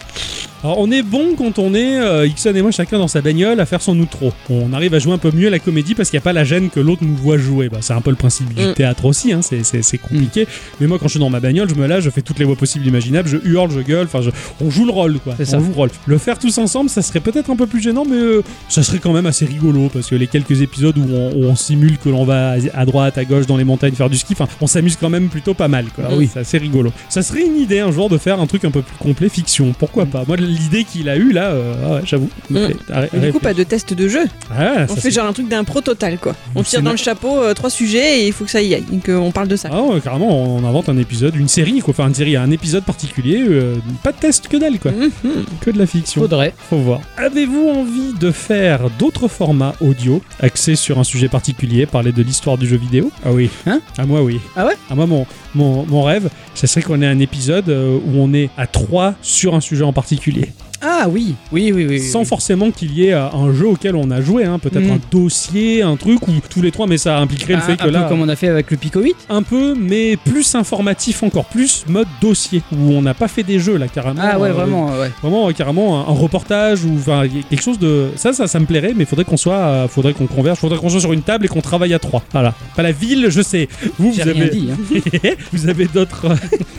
Alors, on est bon quand on est, euh, Ixon et moi, chacun dans sa bagnole, à faire son outro. On, on arrive à jouer un peu mieux la comédie parce qu'il n'y a pas la gêne que l'autre nous voit jouer. Bah, c'est un peu le principe du
Mm.
théâtre aussi, hein, c'est- c'est c'est compliqué. Mais moi, quand je suis dans ma bagnole, je me lâche, je fais toutes les voix possibles imaginables, je hurle, je gueule, enfin, je- on joue le rôle, quoi.
C'est
On
ça.
joue le rôle. Le faire tous ensemble, ça serait peut-être un peu plus gênant, mais euh, ça serait quand même assez rigolo parce que les quelques épisodes où on, où on simule que l'on va à, à droite, à gauche, dans les montagnes faire du ski, enfin, on s'amuse quand même plutôt pas mal, quoi.
Ah oui.
C'est assez rigolo. Ça serait une idée un jour de faire un truc un peu plus complet, fiction. Pourquoi pas Moi, l'idée qu'il a eue là, euh, ah ouais, j'avoue. me
Mm.
plaît. Arrête-
Et du coup,
arrête-
pas de test de jeu.
Ah,
On
ça,
fait
c'est-
genre un truc d'impro total, quoi. On
C'est
tire dans le chapeau euh, trois sujets et il faut que ça y aille. Donc euh, on parle de ça.
Ah ouais, carrément, on invente un épisode, une série, quoi. Enfin, une série, un épisode particulier, euh, pas de test que dalle, quoi.
Mhm.
Que de la fiction.
Faudrait.
Faut voir. Avez-vous envie de faire d'autres formats audio axés sur un sujet particulier, parler de l'histoire du jeu vidéo Ah oui.
Hein
À moi, oui.
Ah ouais
À moi, mon, mon, mon rêve, ce serait qu'on ait un épisode euh, où on est à trois sur un sujet en particulier.
Ah oui, oui, oui, oui. oui.
sans forcément qu'il y ait euh, un jeu auquel on a joué, hein, peut-être
Mm.
un dossier, un truc, ou tous les trois, mais ça impliquerait le
Ah, Un-
fait que
un
là.
peu comme on a fait avec le Pico 8.
Un peu, mais plus informatif encore, plus mode dossier, où on n'a pas fait des jeux là, carrément.
Ah ouais,
euh,
vraiment, ouais.
Vraiment, euh, carrément, un, un reportage, ou enfin, y- quelque chose de. Ça, ça, ça me plairait, mais faudrait qu'on soit. euh, faudrait qu'on converge, faudrait qu'on soit sur une table et qu'on travaille à trois. Voilà. Pas la ville, je sais. Vous, vous
J'ai rien
avez.
dit. hein.
vous avez d'autres.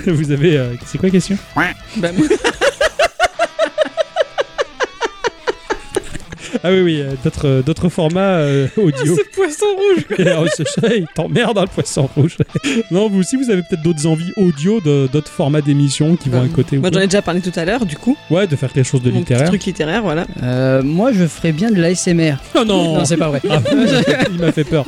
vous avez. euh, C'est quoi la question
Bah, moi-
Ah oui, oui, euh, d'autres, euh, d'autres formats euh, audio.
ce poisson rouge.
Et alors, ce chat, il t'emmerde dans le poisson rouge. non, vous aussi, vous avez peut-être d'autres envies audio, de- d'autres formats d'émissions qui vont à
Euh,
côté. ou
Moi, j'en
quoi.
ai déjà parlé tout à l'heure, du coup.
Ouais, de faire quelque chose de
Mon petit
littéraire.
truc littéraire, voilà.
Euh, moi, je ferais bien de l'ASMR.
Oh non,
Non, c'est pas vrai.
Ah, il m'a fait- il m'a fait peur.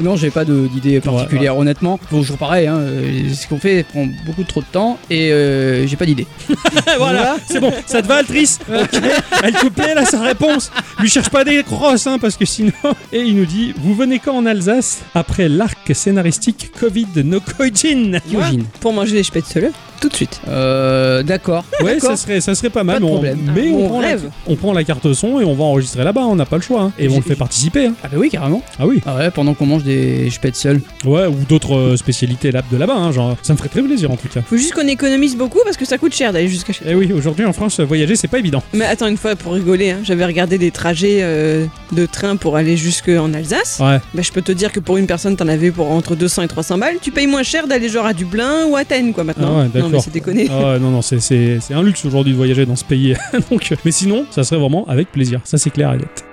Non, j'ai pas de- d'idée particulière, honnêtement. Toujours pareil, hein, euh, ce qu'on fait prend beaucoup trop de temps et euh, j'ai pas d'idée.
voilà, c'est bon, ça te va, Altrice Ok, Elle te plaît, là, sa réponse Lui cherche pas des crosses, hein, parce que sinon. Et il nous dit Vous venez quand en Alsace Après l'arc scénaristique Covid no Kojin
Moi,
Kyojin.
pour manger les spätzle, tout de suite.
Euh, D'accord.
Ouais,
D'accord.
ça serait, ça serait pas mal,
Pas de
mais on-
problème.
mais
Mon
on, prend la,
rêve.
on prend la carte son et on va enregistrer là-bas, on n'a pas le choix. hein. Et on le fait participer. hein.
Ah bah oui, carrément.
Ah oui
Ah ouais, pendant qu'on mange des spätzle.
Ouais, ou d'autres euh, spécialités là- de là-bas, hein, genre, ça me ferait très plaisir en tout cas.
Faut juste qu'on économise beaucoup parce que ça coûte cher d'aller jusqu'à chez
Eh oui, aujourd'hui en France, euh, voyager, c'est pas évident.
Mais attends, une fois pour rigoler, hein, j'avais regardé des trajets euh, de train pour aller jusqu'en Alsace.
Ouais.
Bah, je peux te dire que pour une personne, t'en avais pour entre 200 et 300 balles. Tu payes moins cher d'aller genre à Dublin ou Athènes, quoi, maintenant.
Ah ouais,
non, mais
d'accord.
c'est déconné.
Ah ouais, non, non, c'est- c'est c'est un luxe aujourd'hui de voyager dans ce pays. Donc, euh, mais sinon, ça serait vraiment avec plaisir. Ça, c'est clair et net.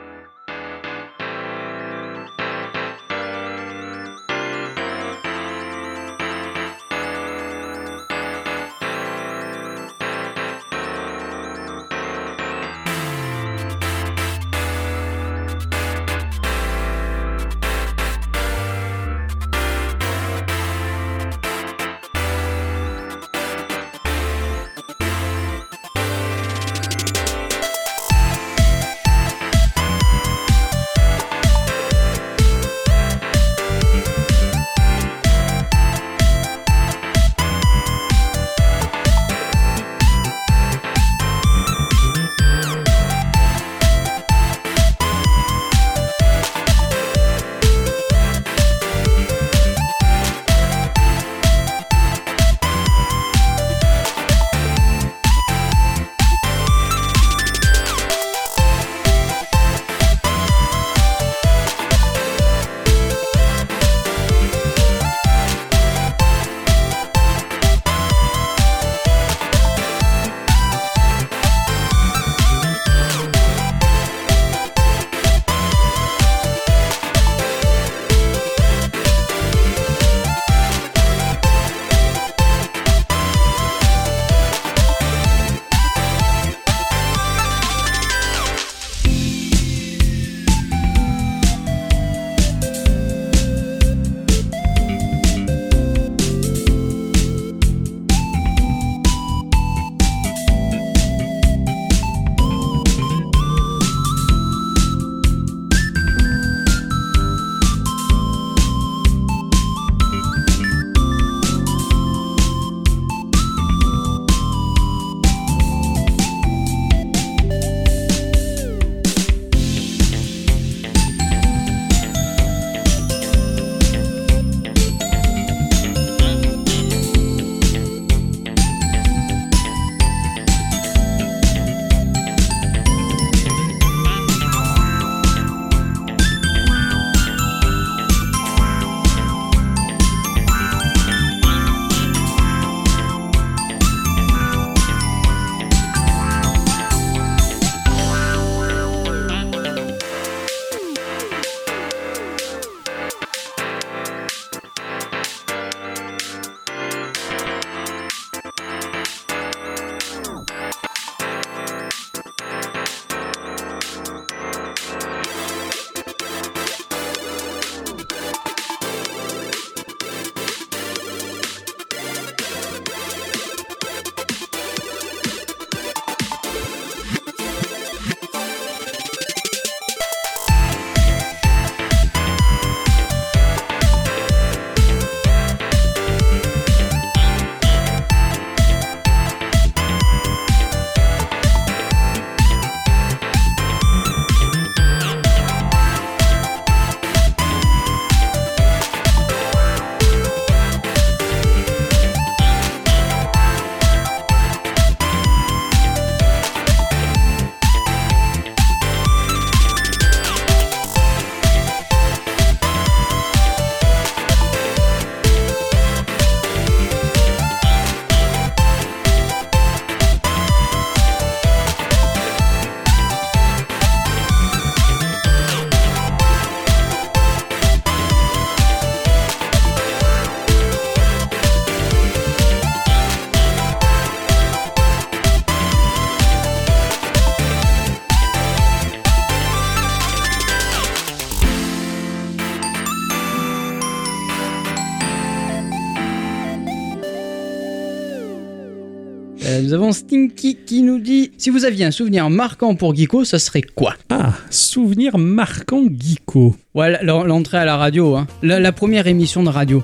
Euh, nous avons Stinky qui nous dit Si vous aviez un souvenir marquant pour Geeko, ça serait quoi
Ah, souvenir marquant geeko.
Ouais, l- l- l'entrée à la radio, hein. la, la première émission de radio.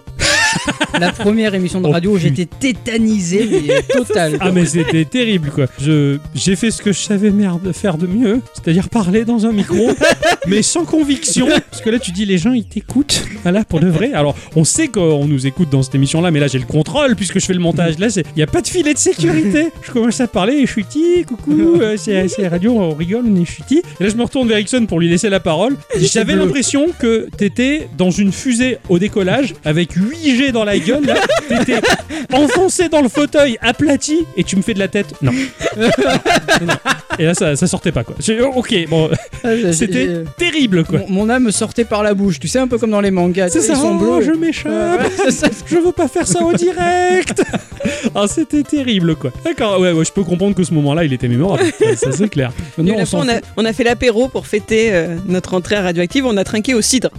la première émission de
Oh,
radio,
putain.
j'étais tétanisé, mais total.
Ah mais c'était terrible quoi. Je j'ai fait ce que je savais merde faire de mieux, c'est-à-dire parler dans un micro, mais sans conviction. Parce que là tu dis les gens ils t'écoutent. Voilà pour de vrai. Alors on sait qu'on nous écoute dans cette émission là, mais là j'ai le contrôle puisque je fais le montage. Là c'est il y a pas de filet de sécurité. Je commence à parler et je suis ti coucou, euh, c'est c'est radio, on rigole, on est chutis. Et là je me retourne vers Ericsson pour lui laisser la parole. J'avais l'impression que t'étais dans une fusée au décollage avec 8 G dans la gueule. Là t'étais enfoncé dans le fauteuil, aplati, et tu me fais de la tête. Non. Non. Et là, ça, ça sortait pas, quoi. J'ai- oh, ok, bon,
Ah, J'ai-
c'était
j'ai-
terrible, quoi.
Mon, mon âme sortait par la bouche, tu sais, un peu comme dans les mangas.
C'est
tu sais,
ça,
ils sont
oh,
bleus.
je m'échappe.
Ouais, c'est ça.
Je veux pas faire ça au direct. Ah, c'était terrible, quoi. D'accord, ouais, ouais, je peux comprendre que ce moment-là, il était mémorable. Ça, ça, c'est clair.
Et
Maintenant,
à la
on
fin,
s'en
on, a, on a fait l'apéro pour fêter euh, notre entrée à Radioactive, on a trinqué au cidre.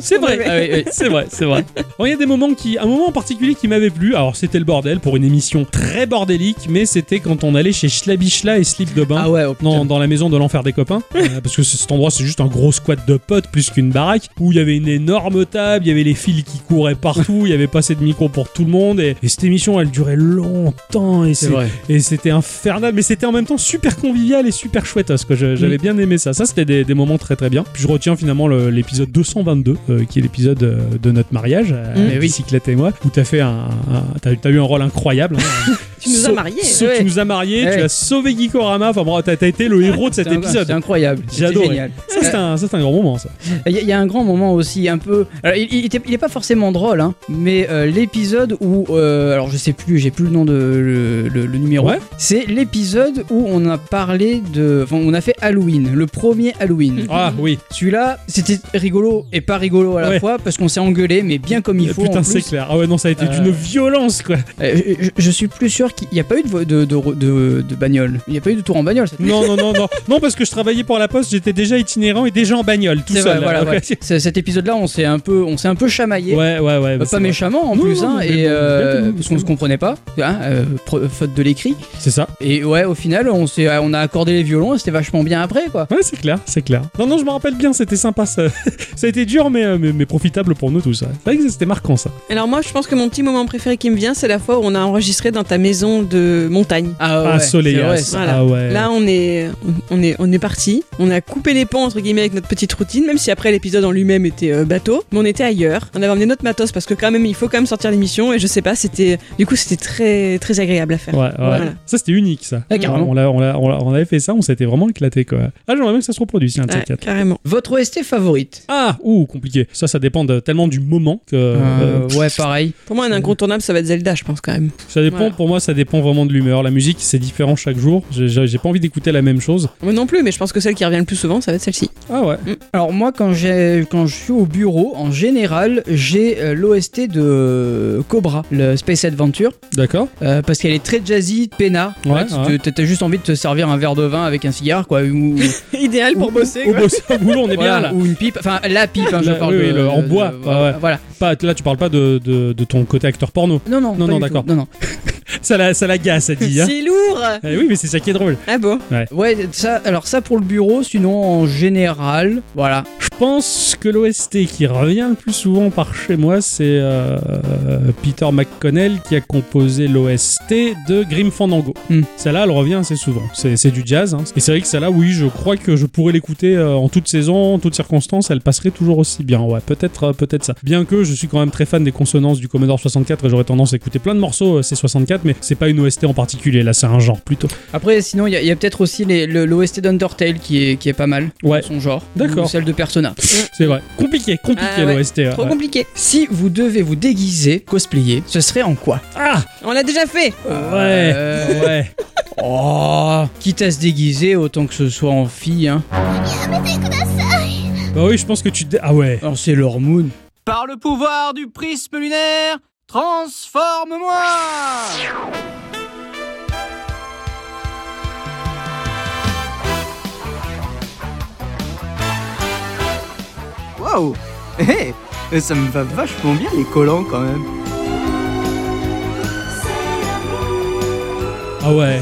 C'est vrai.
Ah oui, oui.
C'est vrai, c'est vrai. Bon, il y a des moments qui, un moment en particulier qui m'avait plu. Alors c'était le bordel pour une émission très bordélique, mais c'était quand on allait chez Schlabischla et Slip de Bain.
Ah ouais, oh putain.
Non, dans la maison de l'enfer des copains. Euh, parce que c- cet endroit, c'est juste un gros squat de potes plus qu'une baraque. Où il y avait une énorme table, il y avait les fils qui couraient partout, il y avait pas assez de micro pour tout le monde. Et, et cette émission, elle durait longtemps. Et
c'est
c'est-
vrai.
et c'était infernal, mais c'était en même temps super convivial et super chouette. Parce que je- j'avais
Mm.
bien aimé ça. Ça, c'était des, des moments très très bien. Puis je retiens finalement le- l'épisode 222, euh, qui est l'épisode euh, de notre mariage, euh,
Mm. Mais oui.
bicyclette et moi, où t'as fait un, un- t'as, t'as eu un rôle incroyable. hein.
Tu nous as
Sau-
mariés.
sau-
ouais.
Tu nous as mariés,
Ouais.
tu as sauvé Gikorama. Enfin, bon, t'as, t'as été le héros de cet
C'était un- C'était
épisode.
incroyable.
J'ai
C'était
adoré.
génial.
Ça, c'est un, ça, c'est un grand moment, ça.
Il y, a- il y a un grand moment aussi, un peu. Alors, il, il était- il est pas forcément drôle, hein, mais euh, l'épisode où, euh, alors je sais plus, j'ai plus le nom de le, le- le numéro.
Ouais.
C'est l'épisode où on a parlé de, enfin, on a fait Halloween, le premier Halloween.
Ah oui,
Celui-là, c'était rigolo et pas rigolo à la
Ouais.
fois parce qu'on s'est engueulé, mais bien comme il faut.
putain,
en
c'est
plus.
clair. Ah ouais, non, ça a été
Euh,
d'une violence, quoi.
Euh, je, je- je suis plus sûr qu'il n'y a pas eu de, vo- de, de- de- de bagnole. Il n'y a pas eu de tour en bagnole. cette-
Non, non, non, non. Non, parce que je travaillais pour la poste, j'étais déjà itinérant et déjà en bagnole, tout
C'est vrai,
seul.
voilà,
là.
voilà. C'est- Cet épisode-là, on s'est un peu, on s'est un peu chamaillé.
Ouais, ouais, ouais. bah,
Euh,
c'est
pas
vrai.
méchamment en
Non,
plus,
non,
hein,
mais
et
bon,
euh,
bien,
parce qu'on se comprenait pas, hein, euh, pro- faute de l'écrit.
C'est ça.
Et ouais, au final, on, s'est- on a accordé les violons et c'était vachement bien après, quoi.
Ouais, c'est clair, c'est clair. Non, non, je me rappelle bien, c'était sympa. Ça, ça a été dur, mais, euh, mais, mais profitable pour nous tous. ouais. C'est vrai que c'était marquant, ça.
Alors moi, je pense que mon petit moment préféré qui me vient, c'est la fois où on a enregistré dans ta maison de montagne.
Ah,
ah,
ouais,
soleil.
c'est vrai, ça.
voilà.
Ah ouais.
Là, on est, on est, on est parti. On a coupé les ponts entre guillemets avec notre petite routine, même si après l'épisode en lui-même était euh, bateau. Mais on était ailleurs. On avait emmené notre matos parce que quand même, il faut quand même sortir l'émission. Et je sais pas, c'était, du coup, c'était très, très agréable à faire.
Ouais, ouais.
Voilà.
Ça, c'était unique, ça.
Ah, carrément.
On, l'a- on, l'a- on l'a- on avait fait ça, on s'était vraiment éclaté, quoi. Ah, j'aimerais bien que ça se reproduise, tiens, un de ces
Ouais,
quatre.
carrément.
Votre OST favorite
Ah, ouh, compliqué. Ça, ça dépend de- tellement du moment que. euh,
Euh, Ouais, pareil.
Pour moi, un incontournable, ça va être Zelda, je pense quand même.
ça dépend,
voilà.
pour moi, ça dépend vraiment de l'humeur. La musique, c'est différent chaque jour. J'ai- J'ai j'ai pas envie d'écouter la même chose.
Moi non plus, mais je pense que celle qui revient le plus souvent, ça va être celle-ci.
Ah ouais.
Alors, moi, quand, j'ai- quand je suis au bureau, en général, j'ai euh, l'OST de Cobra, le Space Adventure,
D'accord.
euh, parce qu'elle est très jazzy, peinard.
Ouais,
Voilà, tu-
ouais.
T'as t'as juste envie de te servir un verre de vin avec un cigare, quoi, ou,
Idéal pour bosser.
Au boss, au boulot, on est
voilà,
bien là.
ou une pipe, enfin la pipe, hein, je
La-
parle
oui,
de-
oui, le- en
de-
bois,
de-
ouais, ouais.
Voilà.
Pas, là, tu parles pas de, de, de ton côté acteur porno.
Non, non,
Non,
pas
non,
du tout.
d'accord.
Non, non.
Ça la, ça la gasse, ça dit. hein.
C'est lourd.
Eh oui, mais c'est ça qui est drôle.
Ah bon.
Ouais, ça, alors ça pour le bureau, sinon en général, voilà.
Je pense que l'OST qui revient le plus souvent par chez moi, c'est euh, Peter McConnell qui a composé l'OST de Grim Fandango.
Hmm.
Celle-là, elle revient assez souvent. C'est c'est du jazz. hein. Et c'est vrai que celle-là, oui, je crois que je pourrais l'écouter euh, en toute saison, en toutes circonstances. Elle passerait toujours aussi bien. Ouais, peut-être euh, peut-être ça. Bien que je suis quand même très fan des consonances du Commodore 64 et j'aurais tendance à écouter plein de morceaux euh, C64, mais c'est pas une OST en particulier. Là, c'est un genre plutôt.
Après, sinon, il y a, il y a peut-être aussi les- le- l'OST d'Undertale qui est, qui est pas mal.
Ouais.
dans Son genre.
D'accord.
Ou celle de Persona.
C'est vrai. Compliqué, compliqué
Ah ouais.
l'OST.
Trop compliqué.
Si vous devez vous déguiser, cosplayer, ce serait en quoi
Ah
On l'a déjà fait.
Ouais
Euh,
Ouais
Oh Quitte à se déguiser, autant que ce soit en fille, hein.
Bah oui, je pense que tu. dé- Ah ouais.
Alors c'est leur moon.
Par le pouvoir du prisme lunaire, transforme-moi Wow Hé Eh, Ça me va vachement bien les collants quand même
Ah ouais.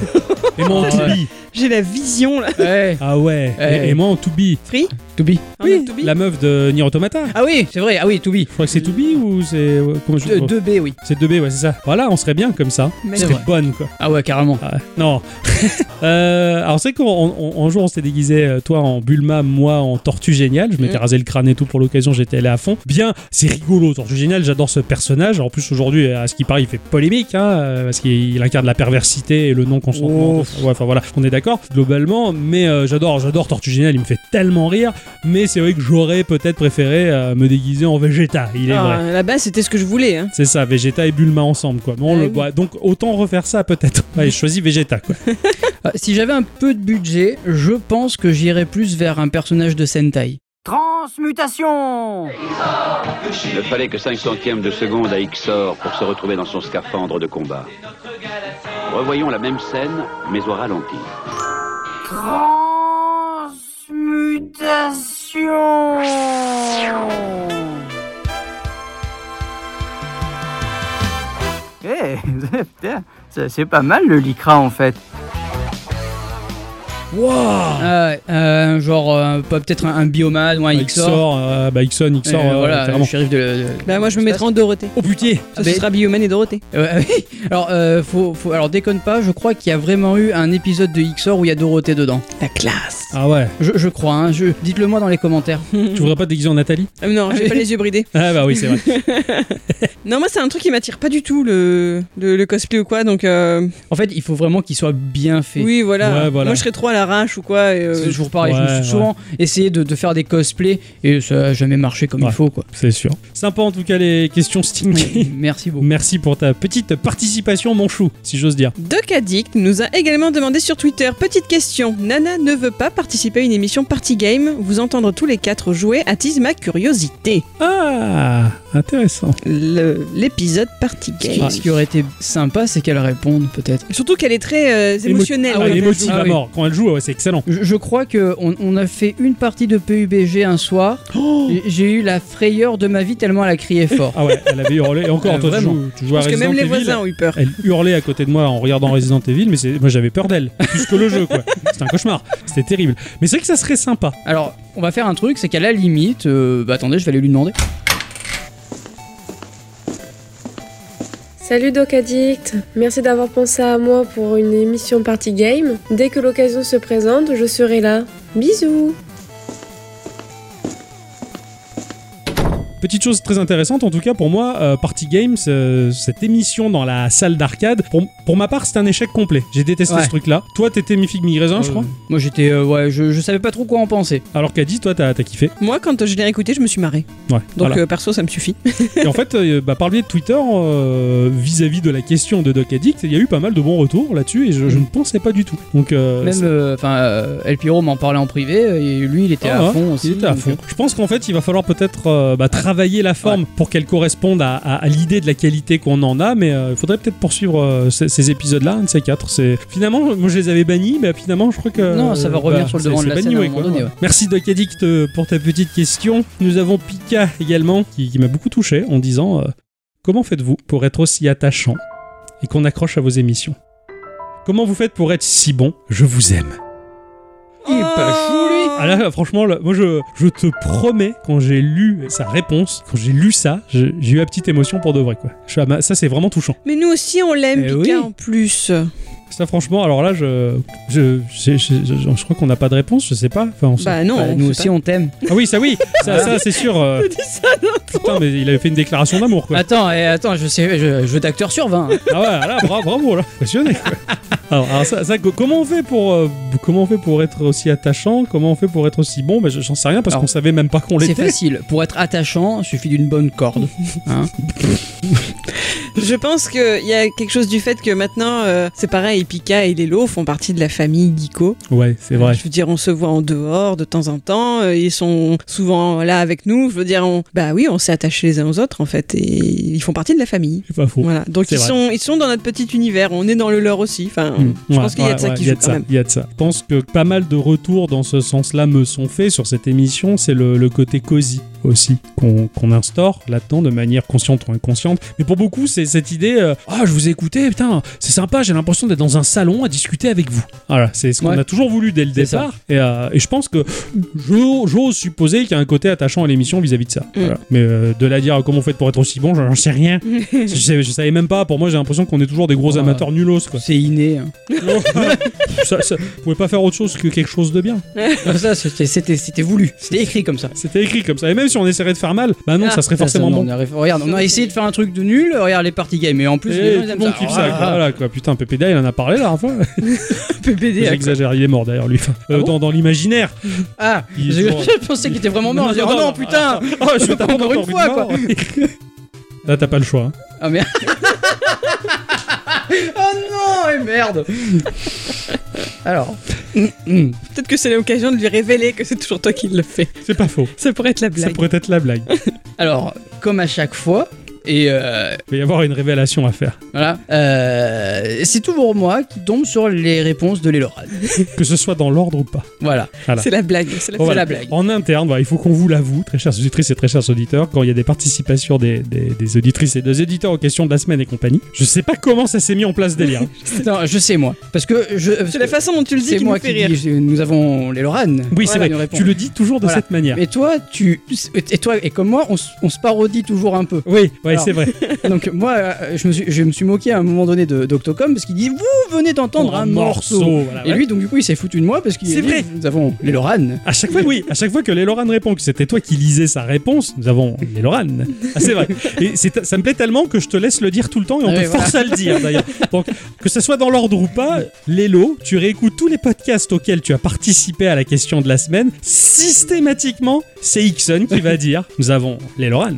Et moi en
Ah
to
ouais.
be.
J'ai la vision là.
Ouais,
Ah ouais. Et-
Eh.
Et moi en to be.
Free
to be.
Oui, to be
La meuf de Nier Automata.
Ah oui, c'est vrai, ah oui, to be.
Je crois que c'est to be ou c'est. euh, Comment je
De- 2B, Euh, oui.
C'est 2B, ouais, c'est ça. Voilà, on serait bien comme ça.
Mais
On
C'est
serait
vrai.
bonne, quoi.
Ah ouais, carrément.
Ah, non. Euh, alors, c'est qu'on on- on- un jour, on s'était déguisé, euh, toi en Bulma, moi en Tortue Géniale. Je m'étais
Mm.
rasé le crâne et tout pour l'occasion, j'étais allé à fond. Bien, c'est rigolo, Tortue Géniale, j'adore ce personnage. En plus, aujourd'hui, à ce qui paraît, il fait polémique, hein, euh, parce qu'il incarne la perversité et le non-consentement.
Oh.
Ouais, enfin voilà, on est d'accord, globalement. Mais euh, j'adore, j'adore Tortue Géniale, il me fait tellement rire. Mais c'est vrai que j'aurais peut-être préféré euh, me déguiser en Vegeta, il est vrai.
Ah, Là-bas, c'était ce que je voulais. Hein.
C'est ça, Vegeta et Bulma ensemble, quoi. Bon,
Ah
le,
oui.
bah, donc autant refaire ça peut-être. Allez, je choisis Vegeta, quoi.
Ah, Si j'avais un peu de budget, je pense que j'irais plus vers un personnage de Sentai.
Transmutation
Il ne fallait que 5 centièmes de seconde à Xor pour se retrouver dans son scaphandre de combat. Revoyons la même scène, mais au ralenti.
Transmutation Eh, putain, ça, c'est pas mal le lycra en fait.
Waouh
Ah, euh, genre, euh, pas- peut-être un, un Biomad ou un Ixor.
Xor, euh, bah Ixon, Ixor,
Euh,
euh,
voilà, le
carrément.
shérif de. de-
Bah, moi, je me
de-
mettrai en Dorothée.
Oh putain
Ça, ce
mais-
sera Bioman et Dorothée.
Ouais, ah oui. alors, euh, faut, faut- alors, déconne pas, je crois qu'il y a vraiment eu un épisode de Ixor où il y a Dorothée dedans.
La classe.
Ah ouais,
Je, je crois, hein, je- dites-le moi dans les commentaires.
tu voudrais pas te déguiser en Nathalie
Ah, non, j'ai pas les yeux bridés.
Ah bah oui, c'est vrai.
Non, moi, c'est un truc qui m'attire pas du tout, le, le, le cosplay ou quoi. Donc, euh,
En fait, il faut vraiment qu'il soit bien fait.
oui, voilà.
Ouais, voilà.
Moi, je serais trop à l'arrache ou quoi. et, euh,
Parce que je vous reparle, je me
Ouais,
suis
ouais.
souvent essayé de, de faire des cosplays et ça a jamais marché comme
Ouais.
il faut quoi.
C'est sûr. Sympa en tout cas les questions Stinky.
Merci beaucoup.
Merci pour ta petite participation, mon chou, si j'ose dire.
Doc Addict nous a également demandé sur Twitter Petite question, Nana ne veut pas participer à une émission Party Game. Vous entendre tous les quatre jouer attise ma curiosité.
Ah, intéressant.
Le- L'épisode Party
Ce qui,
Game.
ce qui aurait été sympa, c'est qu'elle réponde peut-être.
Surtout qu'elle est très euh, émotionnelle.
Ah,
quand
elle
elle
émotive
joue.
à
Ah oui.
mort. Quand elle joue, ouais, c'est excellent.
Je, je crois que on, on a fait une partie de PUBG un soir. J'ai- J'ai eu la frayeur de ma vie tellement elle a crié fort.
Ah ouais, elle avait hurlé. Et encore,
Euh,
toi, tu
vraiment.
joues, tu joues à
Parce que
Resident
même les
Evil.
voisins hein. ont eu Ah, peur.
Elle hurlait à côté de moi en regardant Resident Evil, mais c'est- moi j'avais peur d'elle, plus que le jeu quoi. C'était un cauchemar, c'était terrible. Mais c'est vrai que ça serait sympa.
Alors, on va faire un truc, c'est qu'à la limite, euh, bah attendez, je vais aller lui demander.
Salut Doc Addict, merci d'avoir pensé à moi pour une émission Party Game. Dès que l'occasion se présente, je serai là. Bisous
Petite chose très intéressante en tout cas pour moi, euh, Party Games, euh, cette émission dans la salle d'arcade, pour, pour ma part c'est un échec complet. J'ai détesté
Ouais.
ce truc là. Toi t'étais mi figue mi raisin Hein, je
Euh,
crois.
Moi j'étais, euh, ouais, je, je savais pas trop quoi en penser.
Alors qu'Adi, toi t'as t'as kiffé.
Moi, quand je l'ai réécouté, je me suis marrée.
Ouais.
Donc,
voilà.
euh, perso, ça me suffit.
Et en fait, euh, bah, par le biais de Twitter, euh, vis-à-vis de la question de Doc Addict, il y a eu pas mal de bons retours là-dessus et je, je ne pensais pas du tout. Donc euh,
Même, euh, enfin, euh, El Piro m'en parlait en privé euh, et lui il était
Ah
à
ouais,
fond aussi.
Il était à
donc, euh,
fond. Je pense qu'en fait, il va falloir peut-être euh, bah, travailler la forme pour qu'elle corresponde à, à- à l'idée de la qualité qu'on en a, mais euh, il faudrait peut-être poursuivre euh, ces, ces épisodes-là, un de ces quatre. C'est... Finalement, moi je les avais bannis, mais finalement, je crois que. bah,
Non, ça va revenir sur le
c'est-
devant de
c'est
la
banni,
scène à un
ouais,
moment
quoi.
donné, ouais.
Merci Doc Addict euh, pour ta petite question. Nous avons Pika également, qui, qui m'a beaucoup touché en disant euh, Comment faites-vous pour être aussi attachant et qu'on accroche à vos émissions Comment vous faites pour être si bon Je vous aime.
Il est pas chou, lui.
Oh.
Ah là, franchement, là, moi je, je te promets, quand j'ai lu sa réponse, quand j'ai lu ça, je- j'ai eu la petite émotion pour de vrai. Quoi. Je suis à ma- ça, c'est vraiment touchant.
Mais nous aussi, on l'aime,
Eh
Pika,
oui.
en plus.
Ça, franchement, alors là, je, je, je, je- je- je crois qu'on n'a pas de réponse, je sais pas. Enfin, on sait-
Bah, non.
Bah,
on
nous
sait
aussi
pas.
on t'aime.
Ah oui, ça, oui, ça, ça, c'est sûr. euh,
Je dis ça, non
putain, mais il avait fait une déclaration d'amour, quoi.
Attends, eh, attends, je sais, je, je d'acteur sur 20. hein.
Ah ouais, là, bravo, bravo, là, impressionné. quoi. Alors, alors ça, ça, co- comment on fait pour, euh, comment on fait pour être aussi attachant Comment on fait pour être aussi bon Bah, je- J'en sais rien parce
Alors,
qu'on savait même pas qu'on
C'est
l'était.
facile. Pour être attachant, suffit d'une bonne corde. hein.
Je pense qu'il y a quelque chose du fait que maintenant, euh, c'est pareil, Pika et Lelo font partie de la famille Geeko.
Ouais, c'est vrai.
Je veux dire, on se voit en dehors de temps en temps, euh, ils sont souvent là avec nous. Je veux dire, on... bah oui, on s'est attachés les uns aux autres en fait, et ils font partie de la famille.
C'est pas faux.
Voilà, donc
C'est
ils
vrai.
sont, ils sont dans notre petit univers, on est dans le leur aussi. Enfin,
Hmm.
Mm. je
Ouais,
pense qu'il y a de ça
ouais,
qui
ouais, il y
joue
a de
quand
ça,
même.
Il y a de ça. Je pense que pas mal de retours dans ce sens-là me sont faits sur cette émission, c'est le, le côté cosy. aussi qu'on qu'on instaure là-dedans de manière consciente ou inconsciente. Mais pour beaucoup, c'est cette idée euh, Ah, je vous ai écouté, putain, c'est sympa, j'ai l'impression d'être dans un salon à discuter avec vous. Voilà, c'est ce qu'on
Ouais.
a toujours voulu dès le
C'est ça.
départ. Et, euh, et je pense que j'o- j'ose supposer qu'il y a un côté attachant à l'émission vis-à-vis de ça.
Mm.
Voilà. Mais euh, de la dire comment vous faites pour être aussi bon, j'en sais rien. je, sais- je savais même pas. Pour moi, j'ai l'impression qu'on est toujours des gros
Ah.
amateurs nulos. Quoi.
C'est inné. hein.
ça, ça- vous pouvez pas faire autre chose que quelque chose de bien.
Comme ça, c'était- c'était c'était voulu. C'était écrit comme ça.
C'était écrit comme ça. Et même si on essaierait de faire mal, bah non,
Ah.
ça serait forcément
Ça, ça, on
bon.
arrive- Regarde, on a essayé de faire un truc de nul. Regarde les party games. Et en plus, les gens,
Eh, tout
ils
le
aiment
monde
ça.
kiffe ça.
Ah,
quoi. Voilà quoi. Putain, Pépéda, il en a parlé la dernière fois.
PPD. ah,
J'exagère, il est mort d'ailleurs lui. Enfin, euh, dans dans l'imaginaire.
Ah,
Il est
je,
toujours-
je pensais qu'il était vraiment mort.
Non,
Je dis,
non,
oh
non,
non, putain
Oh, je t'apprends
Encore
encore
une fois,
mort.
quoi.
Là, t'as pas le choix. hein.
Ah merde Oh non Et merde Alors,
Peut-être que c'est l'occasion de lui révéler que c'est toujours toi qui le fais.
C'est pas faux.
Ça pourrait être la blague.
Ça pourrait être la blague.
alors, comme à chaque fois, et euh,
Il va y avoir une révélation à faire.
voilà, euh, c'est tout pour moi qui tombe sur les réponses de l'Elorad.
Que ce soit dans l'ordre ou pas.
Voilà.
C'est la blague. C'est la,
Bon, voilà.
c'est la blague.
En interne, voilà, il faut qu'on vous l'avoue, très chères auditrices et très chers auditeurs, quand il y a des participations des, des- des auditrices et des auditeurs aux questions de la semaine et compagnie, je sais pas comment ça s'est mis en place délire.
Non, je sais moi, parce que je. parce
C'est la
que
façon dont tu le dis
c'est
qui
moi
nous fait
qui
rire.
dis, je- nous avons l'Eloran.
Oui, c'est
Voilà, une
vrai.
réponse.
Tu le dis toujours de
Voilà.
cette manière.
Mais toi, tu et toi et comme moi, on, s- on se parodie toujours un peu.
Oui, ouais,
Alors,
c'est vrai.
Donc moi, euh, je me suis, je me suis moqué à un moment donné de d'Octocom parce qu'il dit vous venez d'entendre un morceau.
voilà,
Et
Ah ouais.
lui, donc du coup, il s'est foutu de moi parce qu'il
C'est
a dit,
vrai.
Nous avons les Loran.
À chaque fois, oui, à chaque fois que Léloran répond que c'était toi qui lisais sa réponse, nous avons Léloran. Ah, c'est vrai. Et c'est- ça me plaît tellement que je te laisse le dire tout le temps et on
Ah
te
oui,
force à le dire d'ailleurs. Donc, que ce soit dans l'ordre ou pas, Lélo, tu réécoutes tous les podcasts auxquels tu as participé à la question de la semaine. Systématiquement, c'est Ixon qui va dire Nous avons Léloran.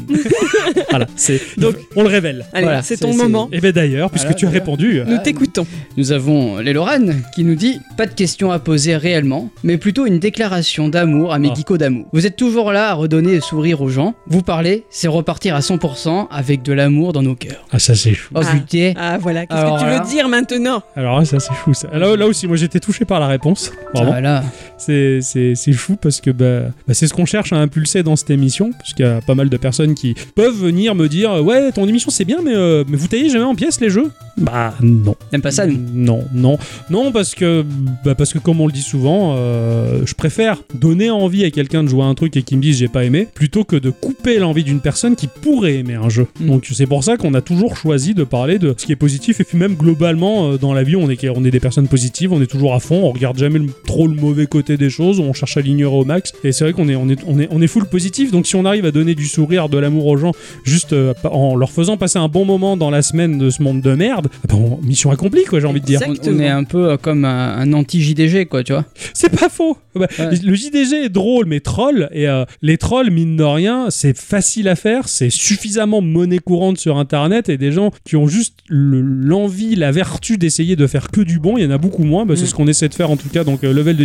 voilà. c'est- Donc, on le révèle.
Allez,
Voilà,
c'est
c'est-
ton
c'est-
moment.
Et bien d'ailleurs, puisque
Voilà,
tu as
voilà.
répondu. euh,
Nous
Ah,
t'écoutons.
Nous avons les Loran qui nous dit pas de questions à poser réellement, mais plutôt une déclaration d'amour à mes
Ah.
geekos d'amour. Vous êtes toujours là à redonner le sourire aux gens. Vous parlez, c'est repartir à 100% avec de l'amour dans nos cœurs.
Ah, ça c'est chou.
Oh
Ah.
putain.
Ah voilà, qu'est-ce
Alors
que tu
là-
veux dire maintenant
Alors, ça c'est chou. ça. Là, là aussi, moi j'étais touché par la réponse. Vraiment.
Voilà.
C'est- C'est c'est fou parce que bah, bah, c'est ce qu'on cherche à impulser dans cette émission, parce qu'il y a pas mal de personnes qui peuvent venir me dire ouais ton émission c'est bien mais, euh, mais vous taillez jamais en pièces les jeux Bah non.
T'aimes pas ça nous
Non, non, non parce que bah, parce que comme on le dit souvent, euh, je préfère donner envie à quelqu'un de jouer à un truc et qu'il me dise j'ai pas aimé, plutôt que de couper l'envie d'une personne qui pourrait aimer un jeu.
Mm.
Donc c'est pour ça qu'on a toujours choisi de parler de ce qui est positif et puis même globalement euh, dans la vie on est on est des personnes positives, on est toujours à fond, on regarde jamais le- trop le mauvais côté des choses, on cherche à l'ignorer au max. Et c'est vrai qu'on est on est on est on est full positif. Donc si on arrive à donner du sourire, de l'amour aux gens juste euh, pa- en leur faisant passer un bon moment dans la semaine de ce monde de merde, ah bon, mission accomplie quoi j'ai envie de dire.
On,
Exactement.
on est un peu euh, comme un, un anti-JDG, quoi, tu vois.
C'est pas faux. Bah,
Ouais.
Le JDG est drôle mais troll et euh, les trolls mine de rien c'est facile à faire, c'est suffisamment monnaie courante sur internet et des gens qui ont juste le- l'envie, la vertu d'essayer de faire que du bon, il y en a beaucoup moins, bah, c'est
Mm.
ce qu'on essaie de faire en tout cas donc euh, level de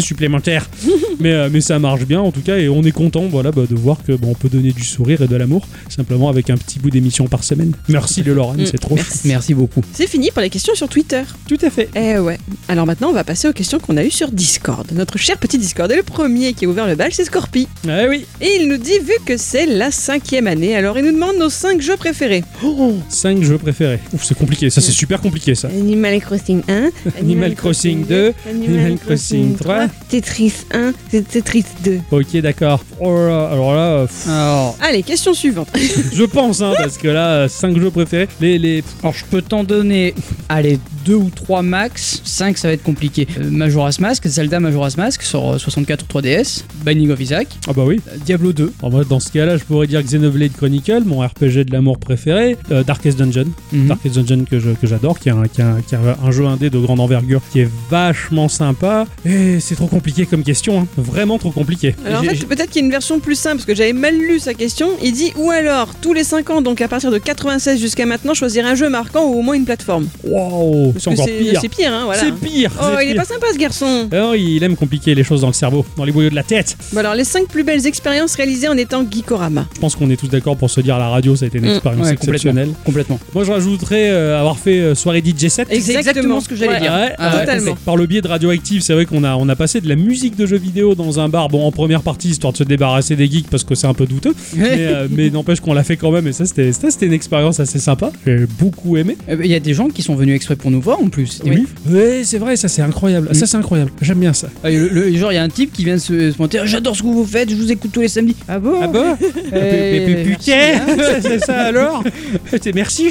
supplémentaire. mais, euh, mais ça marche bien en tout cas et on est content voilà bah, de voir que bah, on peut donner du sourire et de l'amour simplement avec un petit bout d'émission par semaine. Merci le Laurent,
Mm.
c'est trop.
Merci.
Merci beaucoup.
C'est fini pour les questions sur Twitter.
Tout à fait.
Eh ouais. Alors maintenant, on va passer aux questions qu'on a eues sur Discord. Notre cher petit Discord. Et le premier qui a ouvert le bal, c'est Scorpi.
Ah oui.
Et il nous dit, vu que c'est la cinquième année, alors il nous demande nos cinq jeux préférés.
5 jeux préférés. Ouf, c'est compliqué. Ça,
Mm.
c'est super compliqué, ça.
Animal Crossing 1,
Animal Crossing 2, Animal Crossing 3.
Tetris 1, c'est Tetris 2.
Ok, d'accord. Oh là là, alors là, euh, pff,
Alors,
Allez, question suivante.
je pense, hein, parce que là, 5 jeux préférés. Les, les...
alors, je peux t'en donner, allez, deux ou trois max. 5, ça va être compliqué. Euh, Majora's Mask, Zelda Majora's Mask sur euh, 64 ou 3DS, Binding of Isaac,
Ah bah oui.
euh, Diablo 2.
En vrai, dans ce cas-là, je pourrais dire Xenoblade Chronicle, mon RPG de l'amour préféré. euh, Darkest Dungeon.
Mhm.
Darkest Dungeon que je- que j'adore, qui, est un- qui est un- qui est un jeu indé de grande envergure, qui est vachement sympa. Et c'est trop compliqué comme question, hein. Vraiment trop compliqué.
Alors Euh, en
J'ai-
fait,
j'ai-
peut-être qu'il y a une version plus simple, parce que j'avais mal lu sa question. Il dit, ou alors, tous les cinq ans, donc à partir de 96 jusqu'à maintenant, choisir un jeu marquant ou au moins une plateforme.
Waouh cerveau. C'est
Parce que
encore
c'est
pire.
c'est pire, hein, voilà.
C'est pire.
Oh,
c'est
il est
pire.
pas sympa ce garçon.
Alors, il aime compliquer les choses dans le cerveau, dans les boyaux de la tête.
Bon, alors, les 5 plus belles expériences réalisées en étant Geekorama.
Je pense qu'on est tous d'accord pour se dire à la radio, ça a été une
Mm.
expérience
Ouais, complètement.
exceptionnelle.
Complètement.
Moi, je rajouterais euh, avoir fait euh, soirée DJ7.
Et
C'est exactement ce que j'allais
Ouais.
dire.
Ouais,
Ah,
ouais.
totalement.
Par le biais de Radioactive, c'est vrai qu'on a, on a passé de la musique de jeux vidéo dans un bar, bon en première partie, histoire de se débarrasser des geeks parce que c'est un peu douteux, mais, euh, mais n'empêche qu'on l'a fait quand même et ça c'était, ça, c'était une expérience assez sympa, j'ai beaucoup aimé.
Eh ben, Il y a des gens qui sont venus exprès pour nous voir en plus. C'était ouf.
Ouais, c'est vrai, ça c'est incroyable,
Mm.
ça c'est incroyable, j'aime bien ça.
Ah, le- le- genre, il y a un type qui vient se, se pointer. Ah, J'adore ce que vous faites, je vous écoute tous les samedis. Ah bon
Ah bon
Eh,
Mais
merci,
putain,
hein.
c'est ça alors Putain, Eh, Merci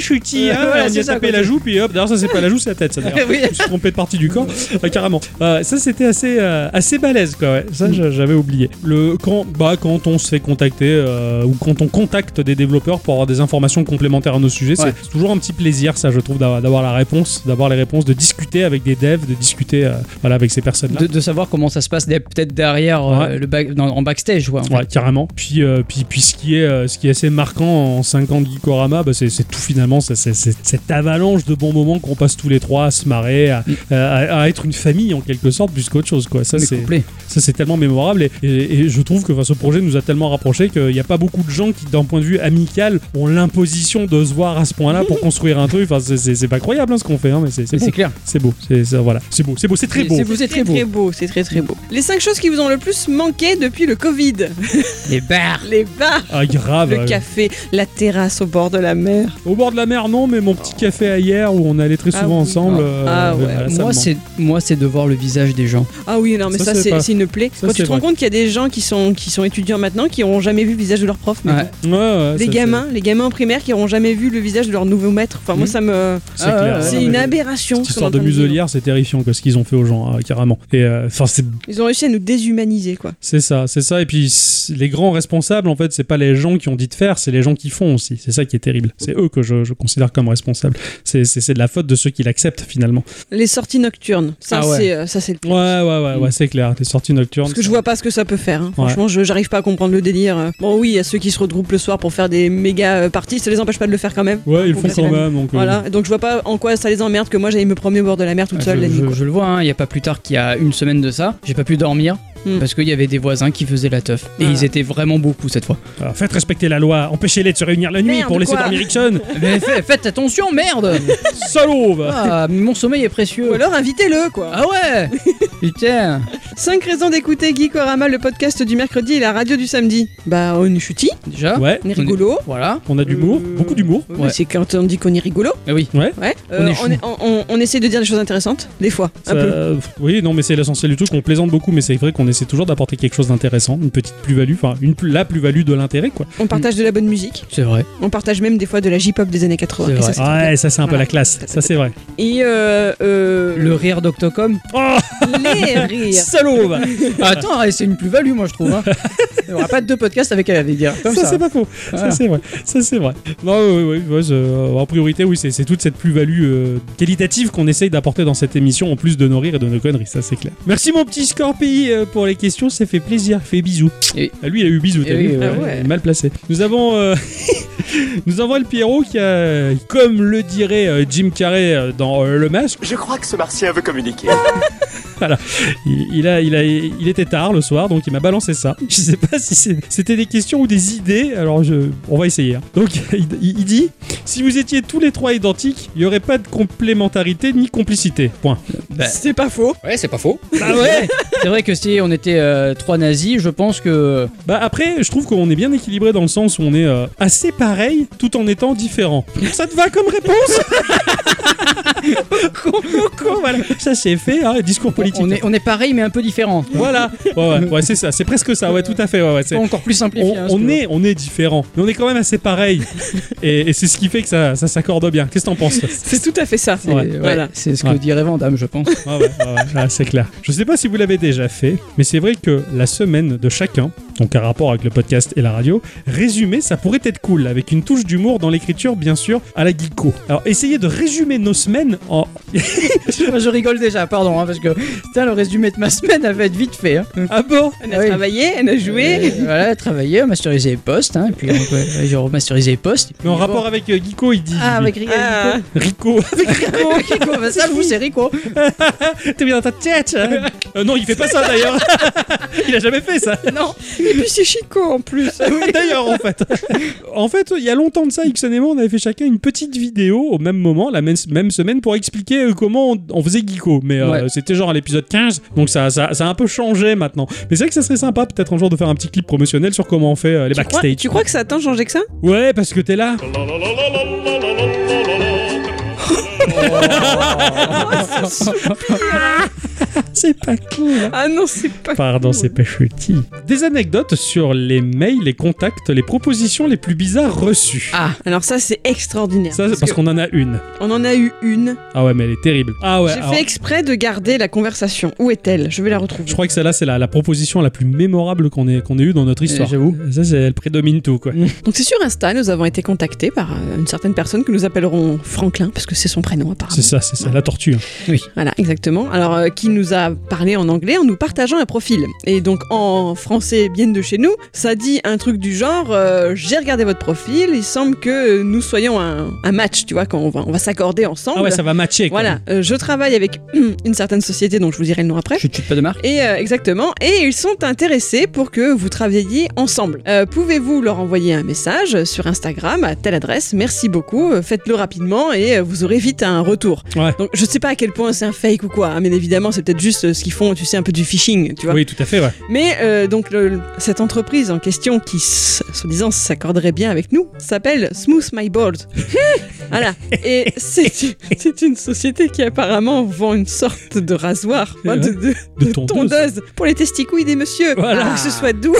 Chuti,
Euh,
hein,
voilà,
on y
c'est
a
ça,
tapé
quoi.
la joue, puis hop, d'ailleurs ça c'est pas la joue, c'est la tête. Ça, d'ailleurs.
Oui.
Je me suis trompé de partie du corps, euh, carrément. Euh, ça c'était assez, euh, assez balèze quoi, ouais.
Mm.
ça j'a- j'avais oublié. Le, quand, bah, quand on se fait contacter euh, ou quand on contacte des développeurs pour avoir des informations complémentaires à nos sujets,
Ouais.
c'est toujours un petit plaisir ça je trouve d'avoir d'avoir la réponse, d'avoir les réponses, de discuter avec des devs, de discuter euh, voilà, avec ces personnes-là.
De, de savoir comment ça se passe des- peut-être derrière euh,
Ouais.
le back- dans- en backstage. Ouais, en fait.
Ouais, carrément. Puis, euh, puis, puis ce, qui est, euh, ce qui est assez marquant en 5 ans de Geekorama, bah, c'est c'est tout finalement, c'est- c'est c'est cette avalanche de bons moments qu'on passe tous les trois à se marrer, à, à- à être une famille en quelque sorte, plus qu'autre chose. Quoi. Ça,
Mais
c'est
complet.
ça, c'est tellement mémorable et, et- et je trouve que enfin, ce projet nous a tellement rapprochés qu'il n'y a pas beaucoup de gens qui, d'un point de vue amical, ont l'imposition de se voir à ce point-là pour construire un truc. Enfin, c'est- c'est c'est pas croyable hein, ce qu'on fait, hein, mais c'est c'est
Mais
beau.
C'est clair.
C'est beau, c'est c'est- voilà. C'est beau, c'est beau, c'est très
C'est-
beau.
c'est beau, c'est très beau.
Très beau, c'est très très beau. Les 5 choses qui vous ont le plus manqué depuis le Covid.
Les bars.
Les bars,
Ah, grave.
le
euh,
café, la terrasse au bord de la mer.
Au bord de la mer, non, mais mon petit café à hier où on allait très
Ah
souvent
oui.
ensemble. euh,
Ah ouais.
voilà, ça me
Moi,
manque.
c'est moi, c'est de voir le visage des gens.
Ah oui, non mais
Ça,
ça,
c'est
c'est
pas-
c'est une plaie.
ça,
Quand tu
c'est
te rends
vrai.
compte qu'il y a des gens qui sont, qui sont étudiants maintenant qui n'auront jamais vu le visage de leur prof. Mais
Ouais.
bon.
Ouais, ouais,
Les
Ah, ça,
gamins, les gamins en primaire qui n'auront jamais vu le visage de leur nouveau maître. Enfin moi
Mhm.
ça me...
C'est
Ah,
clair.
ouais,
C'est
ouais,
une
mais-
aberration.
Cette
ce qu'on
histoire
est
de
en train vivre.
muselière, c'est terrifiant que ce qu'ils ont fait aux gens, euh, carrément. Et enfin, c'est
Ils ont réussi à nous déshumaniser quoi.
c'est ça, c'est ça. Et puis c- les grands responsables, en fait, c'est pas les gens qui ont dit de faire, c'est les gens qui font aussi. C'est ça qui est terrible. C'est eux que je, je considère comme responsables. C'est- C'est c'est de la faute de ceux qui l'acceptent finalement.
Les sorties nocturnes, ça
Ah ouais.
c'est euh, ça c'est le
Ouais, ouais, ouais, ouais, c'est clair. Les sorties nocturnes.
Parce que je vois pas ce que ça peut faire. hein. Franchement, je j'arrive pas à comprendre le délire. Bon, oui, il y a ceux qui se regroupent le soir pour faire des méga euh, parties, ça les empêche pas de le faire quand même.
Ouais, ils le font quand
Complètement.
même. Donc, euh,
Voilà. Donc je vois pas en quoi ça les emmerde que moi j'aille me promener au bord de la mer toute seule
Ah,
la
je,
nuit.
je-
quoi.
je le vois, hein, il y a pas plus tard qu'il y a une semaine de ça, j'ai pas pu dormir
Hmm.
parce qu'il y avait des voisins qui faisaient la teuf. Et
Ah.
ils étaient vraiment beaucoup cette fois.
alors, euh, faites respecter la loi. Empêchez-les de se réunir la nuit
Merde,
pour laisser
quoi.
dormir Rickson.
Mais fa- faites attention, merde
Salaud. va.
Ah, Mon sommeil est précieux.
Ou alors invitez-le quoi.
Ah ouais Putain
5 raisons d'écouter Geekorama, le podcast du mercredi et la radio du samedi. Bah on est chutis,
Déjà
Ouais.
on est rigolo.
Voilà.
On a d'humour,
Euh,
beaucoup d'humour.
Oui,
Ouais.
C'est quand on dit qu'on est rigolo.
Eh oui.
Ouais. Euh,
On est chou.
on, on- on- on essaie de dire des choses intéressantes, des fois. Un
Ça-
peu.
pff, oui, non, mais c'est l'essentiel du truc. On plaisante beaucoup, mais c'est vrai qu'on essaie toujours d'apporter quelque chose d'intéressant, une petite plus-value, enfin une plus- la plus-value de l'intérêt, quoi.
On partage de la bonne musique.
C'est vrai.
On partage même des fois de la J-pop des années 80.
C'est
Et ça,
vrai.
c'est trop bien.
Ouais, ça Ah, c'est un peu
Voilà.
la classe. Ça c'est vrai.
Et euh, euh,
Le rire d'Octocom.
Oh,
les rires.
salaud va.
Attends, ah, c'est une plus-value, moi, je trouve. hein. Il n'y aura pas de deux podcasts avec elle à dire. Comme
ça,
ça. Ah.
c'est pas faux.
Voilà.
Ça c'est vrai. Ça c'est vrai. Non, oui, oui, oui, ouais, c'est, euh, en priorité, oui, c'est c'est toute cette plus-value euh, qualitative qu'on essaye d'apporter dans cette émission, en plus de nos rires et de nos conneries. Ça c'est clair. Merci mon petit Scorpi euh, pour les questions. Ça fait plaisir. Fais bisous.
Et-
Ah, lui, il a eu bisous. T'as
Et oui,
vu
ouais.
Ah ouais.
Il est Mal placé. Nous avons. euh, Nous avons le Pierrot qui a, comme le dirait euh, Jim Carrey euh, dans euh, Le Masque,
Je crois que ce martien veut communiquer.
il, il a, il, a, il était tard le soir, donc il m'a balancé ça. Je sais pas si c'est- c'était des questions ou des idées, alors je, on va essayer. hein. Donc il, il dit Si vous étiez tous les trois identiques, il n'y aurait pas de complémentarité ni complicité. Point.
Bah.
C'est pas faux.
Ouais, c'est pas faux.
Ah ouais C'est vrai que si on était euh, trois nazis, je pense que.
Bah après, je trouve qu'on est bien équilibré dans le sens où on est euh, assez pareil tout en étant différent. Ça te va comme réponse Con, con, con, voilà. Ça c'est fait, hein, discours politique.
On est, on est pareil, mais un peu différent.
Voilà, ouais, ouais, ouais, c'est ça, c'est presque ça, ouais, tout à fait, ouais, ouais, c'est-
Encore plus simplifié.
on,
hein,
on
ce que-
est, on est différent, mais on est quand même assez pareil. et et c'est ce qui fait que ça, ça s'accorde bien. Qu'est-ce que t'en penses
C'est tout à fait ça.
C'est ouais,
Voilà.
c'est ce que
Ouais.
dirait Vandame, je pense.
Ah ouais, ah ouais, ah, C'est clair. Je sais pas si vous l'avez déjà fait, mais c'est vrai que la semaine de chacun, donc un rapport avec le podcast et la radio. Résumer, ça pourrait être cool, avec une touche d'humour dans l'écriture, bien sûr, à la Geeko. Alors, essayez de résumer nos semaines en.
je rigole déjà, pardon, hein, parce que putain, le résumé de ma semaine avait être vite fait. hein.
Ah bon
Elle a
Oui.
travaillé, elle a joué.
Euh, voilà, travailler, masteriser les postes, hein, et puis donc, ouais, ouais, j'ai remasterisé les postes.
Mais en rapport avec euh, Geeko, il dit.
Ah, avec Rico.
Ah.
Rico.
Rico, Rico, bah, ça, vous, c'est Rico.
T'es bien dans ta tête hein. Euh, Non, il fait pas ça d'ailleurs Il a jamais fait ça
Non. Et puis c'est Chico en
Eh
plus.
D'ailleurs, en fait. en fait, il y a longtemps de ça, Ixon et moi, on avait fait chacun une petite vidéo au même moment, la même, même semaine, pour expliquer euh, comment on, on faisait Geeko. Mais euh,
Ouais.
c'était genre à l'épisode 15, donc ça, ça, ça a un peu changé maintenant. Mais c'est vrai que ça serait sympa, peut-être un jour, de faire un petit clip promotionnel sur comment on fait euh, les
Tu crois,
backstage.
tu crois que ça a tant changé que ça
Ouais, parce que t'es là. c'est pas cool.
Ah non, c'est pas.
Pardon,
cool.
c'est pas chouti. Des anecdotes sur les mails, les contacts, les propositions les plus bizarres reçues.
Ah, alors ça c'est extraordinaire.
Ça, c'est parce
parce
qu'on en a une.
que on en a eu une.
Ah ouais, mais elle est terrible. Ah ouais,
J'ai
alors,
fait exprès de garder la conversation. Où est-elle Je vais la retrouver.
je crois que celle-là, c'est la, la proposition la plus mémorable qu'on ait, qu'on ait eue dans notre histoire.
j'avoue.
Ça, c'est- elle prédomine tout, quoi.
Donc c'est sur Insta, nous avons été contactés par euh, une certaine personne que nous appellerons Franklin, parce que c'est son prénom apparemment.
C'est ça, c'est ça, la tortue. hein.
Voilà, exactement. Alors, euh, qui nous a parlé en anglais en nous partageant un profil. Et donc, en français bien de chez nous, ça dit un truc du genre euh, J'ai regardé votre profil, il semble que nous soyons un, un match, tu vois, quand on va, on va s'accorder ensemble.
Ah ouais, ça va matcher, quoi.
voilà, euh, je travaille avec hum, une certaine société dont je vous dirai le nom après.
Je tue pas de marque.
Et euh, exactement, et ils sont intéressés pour que vous travailliez ensemble. Euh, Pouvez-vous leur envoyer un message sur Instagram à telle adresse Merci beaucoup, euh, faites-le rapidement et euh, vous aurez vite un retour.
Ouais.
Donc je sais pas à quel point c'est un fake ou quoi, hein, mais évidemment c'est peut-être juste euh, ce qu'ils font, tu sais, un peu du phishing, tu vois.
Oui, tout à fait, ouais.
Mais euh, donc le- le- cette entreprise en question qui, s- soi-disant, s'accorderait bien avec nous, s'appelle Smooth My Balls. voilà. Et c'est c'est une société qui apparemment vend une sorte de rasoir, enfin, de- de,
De
de
tondeuse.
tondeuse. pour les testicouilles des messieurs.
Voilà.
Pour que ce soit doux.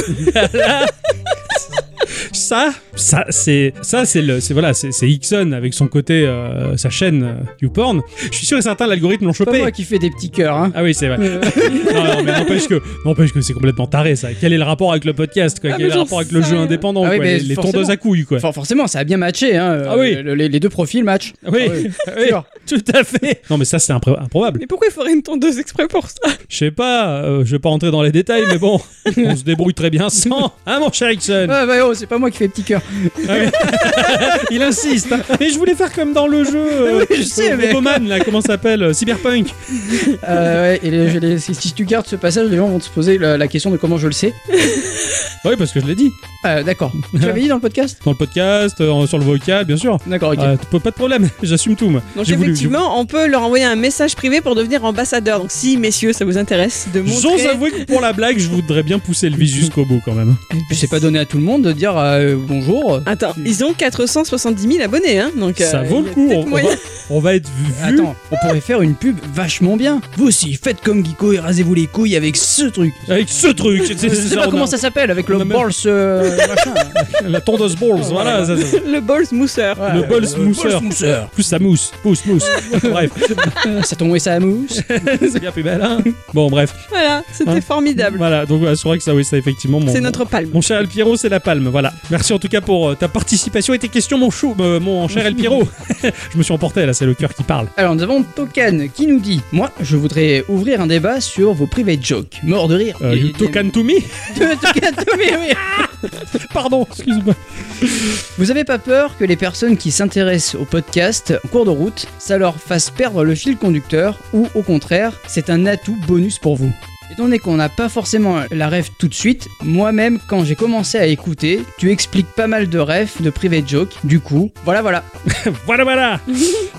Ça, ça, c'est, ça, c'est le, c'est voilà, c'est c'est Ixon avec son côté, euh, sa chaîne euh, YouPorn. Je suis sûr et certain, l'algorithme l'ont
C'est pas
chopé.
moi qui fais des petits cœurs, hein.
Ah oui, c'est vrai. non, non, mais n'empêche que, n'empêche que c'est complètement taré ça. Quel est le rapport avec le podcast quoi
Ah,
Quel
mais
est le
j'en
rapport avec le
sais
jeu
rien.
indépendant
Ah oui,
quoi,
mais
Les, les
forcément.
tondeuses à couilles quoi.
For- forcément, ça a bien matché, hein. euh,
Ah oui.
le- les, les deux profils match.
oui,
Ah oui,
oui,
sûr.
tout à fait. Non mais ça c'est impro- improbable.
Mais pourquoi il faudrait une tondeuse exprès pour ça
Je sais pas, euh, je vais pas rentrer dans les détails, mais bon, on se débrouille très bien sans. Hein mon cher Ixon
Ouais, bah, oh, c'est pas moi qui fais petits cœurs.
Il insiste. Mais je voulais faire comme dans le jeu. euh,
Oui, je sais,
euh,
mais-
Roboman, là, comment ça s'appelle euh, Cyberpunk.
Euh, ouais, et les- les- si, si tu gardes ce passage, les gens vont se poser la, la question de comment je le sais.
Oui, parce que je l'ai dit
Euh, D'accord. tu l'avais dit dans le podcast
dans le podcast, euh, sur le vocal, bien sûr.
D'accord, ok.
Ah, t- pas de problème, j'assume tout moi.
Donc
J'ai voulu-
effectivement, on peut leur envoyer un message privé pour devenir ambassadeur. Donc si, messieurs, ça vous intéresse de
J'ose
montrer...
avouer que pour la blague, je voudrais bien pousser le vis jusqu'au bout quand même.
Puis c'est pas donné à tout le monde de dire euh, bonjour.
Attends, ils ont 470 000 abonnés, hein, donc...
Ça
euh, il y
vaut le
a
coup,
peut-être
on, on
moyen.
va, on va être vu.
Attends, on pourrait faire une pub vachement bien. Vous aussi, faites comme Guico et rasez-vous les couilles avec ce truc.
Avec ce truc, c'est-
Je
c'est c'est
sais
ça,
pas
on
comment
a-
ça s'appelle avec
on
le
a même-
balls euh, machin.
la tondeuse balls, voilà, ça, ça, ça.
Le balls mousseur.
Ouais,
Le
euh,
balls mousseur.
balls mousseur.
plus ça mousse, pousse, mousse. bref,
Euh, Ça tombe et ça mousse.
c'est bien plus belle. Hein bon, bref,
Voilà, c'était
Hein
formidable.
voilà. Donc voilà, c'est vrai que ça, oui, ça effectivement. Mon,
C'est notre palme.
Mon cher El Piero, c'est la palme, voilà. Merci en tout cas pour euh, ta participation et tes questions, mon chou, euh, mon cher El Piero. je me suis emporté là, c'est le cœur qui parle.
Alors nous avons Tokan qui nous dit Moi, je voudrais ouvrir un débat sur vos private jokes. Mort de rire.
Euh,
Et-
you token to me
Tokan, oui, oui.
Pardon, excuse-moi.
Vous avez pas peur que les personnes qui s'intéressent au podcast en cours de route, ça leur fasse perdre le fil conducteur ou au contraire, c'est un atout bonus pour vous Étant donné qu'on n'a pas forcément la rêve tout de suite, moi-même, quand j'ai commencé à écouter, tu expliques pas mal de rêves, de private jokes, du coup, voilà, voilà.
Voilà, voilà.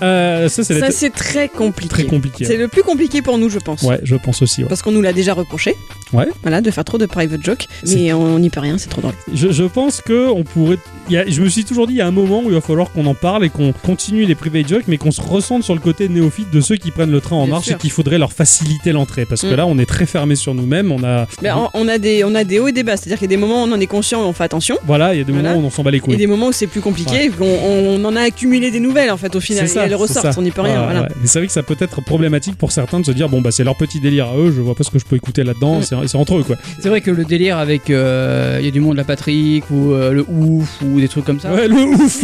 Euh, ça, c'est la-
Ça, c'est très compliqué.
très compliqué.
C'est le plus compliqué pour nous, je pense.
Ouais, je pense aussi. Ouais.
Parce qu'on nous l'a déjà reproché.
Ouais.
Voilà, de faire trop de private jokes.
C'est-
Mais on n'y peut rien, c'est trop drôle.
Je, je pense que on pourrait. il y a- je me suis toujours dit, il y a un moment où il va falloir qu'on en parle et qu'on continue les private jokes, mais qu'on se ressente sur le côté néophyte de ceux qui prennent le train en
Bien
marche
sûr.
et qu'il faudrait leur faciliter l'entrée. Parce que
Mm.
là, on est très fermé sur nous-mêmes. On a.
Mais on, on a des, on a des hauts et des bas. C'est-à-dire qu'il y a des moments où on en est conscient et on fait attention.
Voilà, il y a des
Voilà.
moments où on s'en bat les
Et
couilles.
des moments où c'est plus compliqué. qu'on- On, on en a accumulé des nouvelles, en fait, au final.
C'est ça,
et elles
c'est ça.
ressortent, on n'y peut rien.
Ouais,
voilà. Mm.
ouais. Mais c'est vrai que ça peut être problématique pour certains de se dire bon bah c'est leur petit délire à eux, je vois pas ce que je peux écouter là-dedans, c'est- en- c'est entre eux quoi.
C'est vrai que le délire avec euh, Il y a du monde, la Patrick, ou euh, le ouf, ou des trucs comme ça,
Ouais, le ouf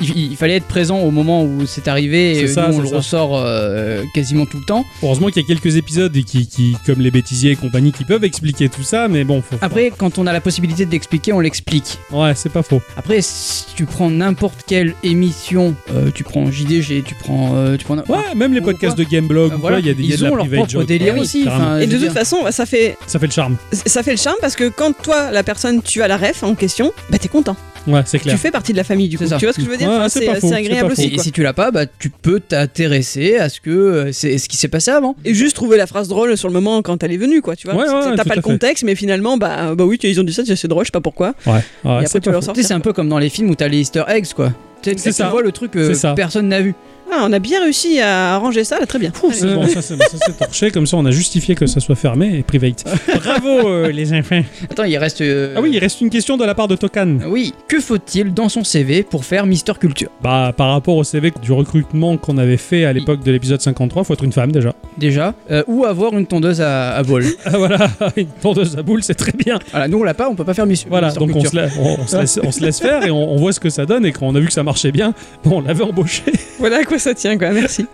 il, il fallait être présent au moment où c'est arrivé, et
C'est ça,
nous, on
c'est
le
ça.
ressort euh, quasiment tout le temps.
Heureusement qu'il y a quelques épisodes qui, qui, comme les bêtisiers et compagnie, qui peuvent expliquer tout ça, mais bon, faut...
Après, quand on a la possibilité d'expliquer, on l'explique.
ouais, c'est pas faux.
Après, si tu prends n'importe quelle émission, euh, tu prends JDG, tu prends. euh, tu prends
Ouais, même les
Ou
podcasts
quoi.
de Gameblog,
Euh,
ou
voilà,
quoi, il y a des il y a
ils
de la
ont leur
private
propre
joke.
délire
Ouais,
aussi.
carrément.
enfin,
Et
je
de
veux
toute
dire-
façon, bah, ça fait,
Ça fait le charme.
ça fait le charme parce que quand toi, la personne, tu as la ref en question, bah t'es content.
Ouais, c'est
Tu
clair.
fais partie de la famille du coup.
C'est ça.
Tu vois ce que je veux dire
Ouais,
Enfin,
c'est pas
C'est
faux,
c'est
c'est
agréable
pas faux.
aussi.
Et, et
quoi.
si tu l'as pas, bah, tu peux t'intéresser à ce que euh, c'est ce qui s'est passé avant.
Et juste trouver la phrase drôle sur le moment quand elle est venue, quoi. Tu vois
Ouais,
Parce que
ouais,
T'as
tout
pas
à
le
fait.
contexte, mais finalement, bah, bah oui, tu- ils ont dit ça, c'est drôle, je sais pas pourquoi.
Ouais, ouais,
et
c'est
après, tu
pas
vas leur
Tu
faux.
sais,
sortir.
c'est un peu comme dans les films où t'as les Easter eggs, quoi. Tu sais,
C'est
tu
ça.
vois le truc que
C'est ça.
personne n'a vu.
Ah, on a bien réussi à ranger ça, là, très bien.
Pouf, c'est
Allez.
bon, ça c'est bon, ça, c'est torché, comme ça on a justifié que ça soit fermé et private. Bravo euh, les enfants.
Attends, il reste. euh,
Ah oui, il reste une question de la part de Tokan.
Oui. Que faut-il dans son CV pour faire Mister Culture
Bah, par rapport au CV du recrutement qu'on avait fait à l'époque de l'épisode 53, faut être une femme déjà.
Déjà. Euh, ou avoir une tondeuse à, à vol.
Ah voilà, une tondeuse à boule, c'est très bien.
voilà, nous on l'a pas, on peut pas faire Miss- Mister
Voilà, donc on
Culture.
se, la- on- on se laisse, on se laisse faire et on, on voit ce que ça donne. Et quand on a vu que ça marchait bien, bon, on l'avait embauché.
Voilà à quoi ça tient, quoi. Merci.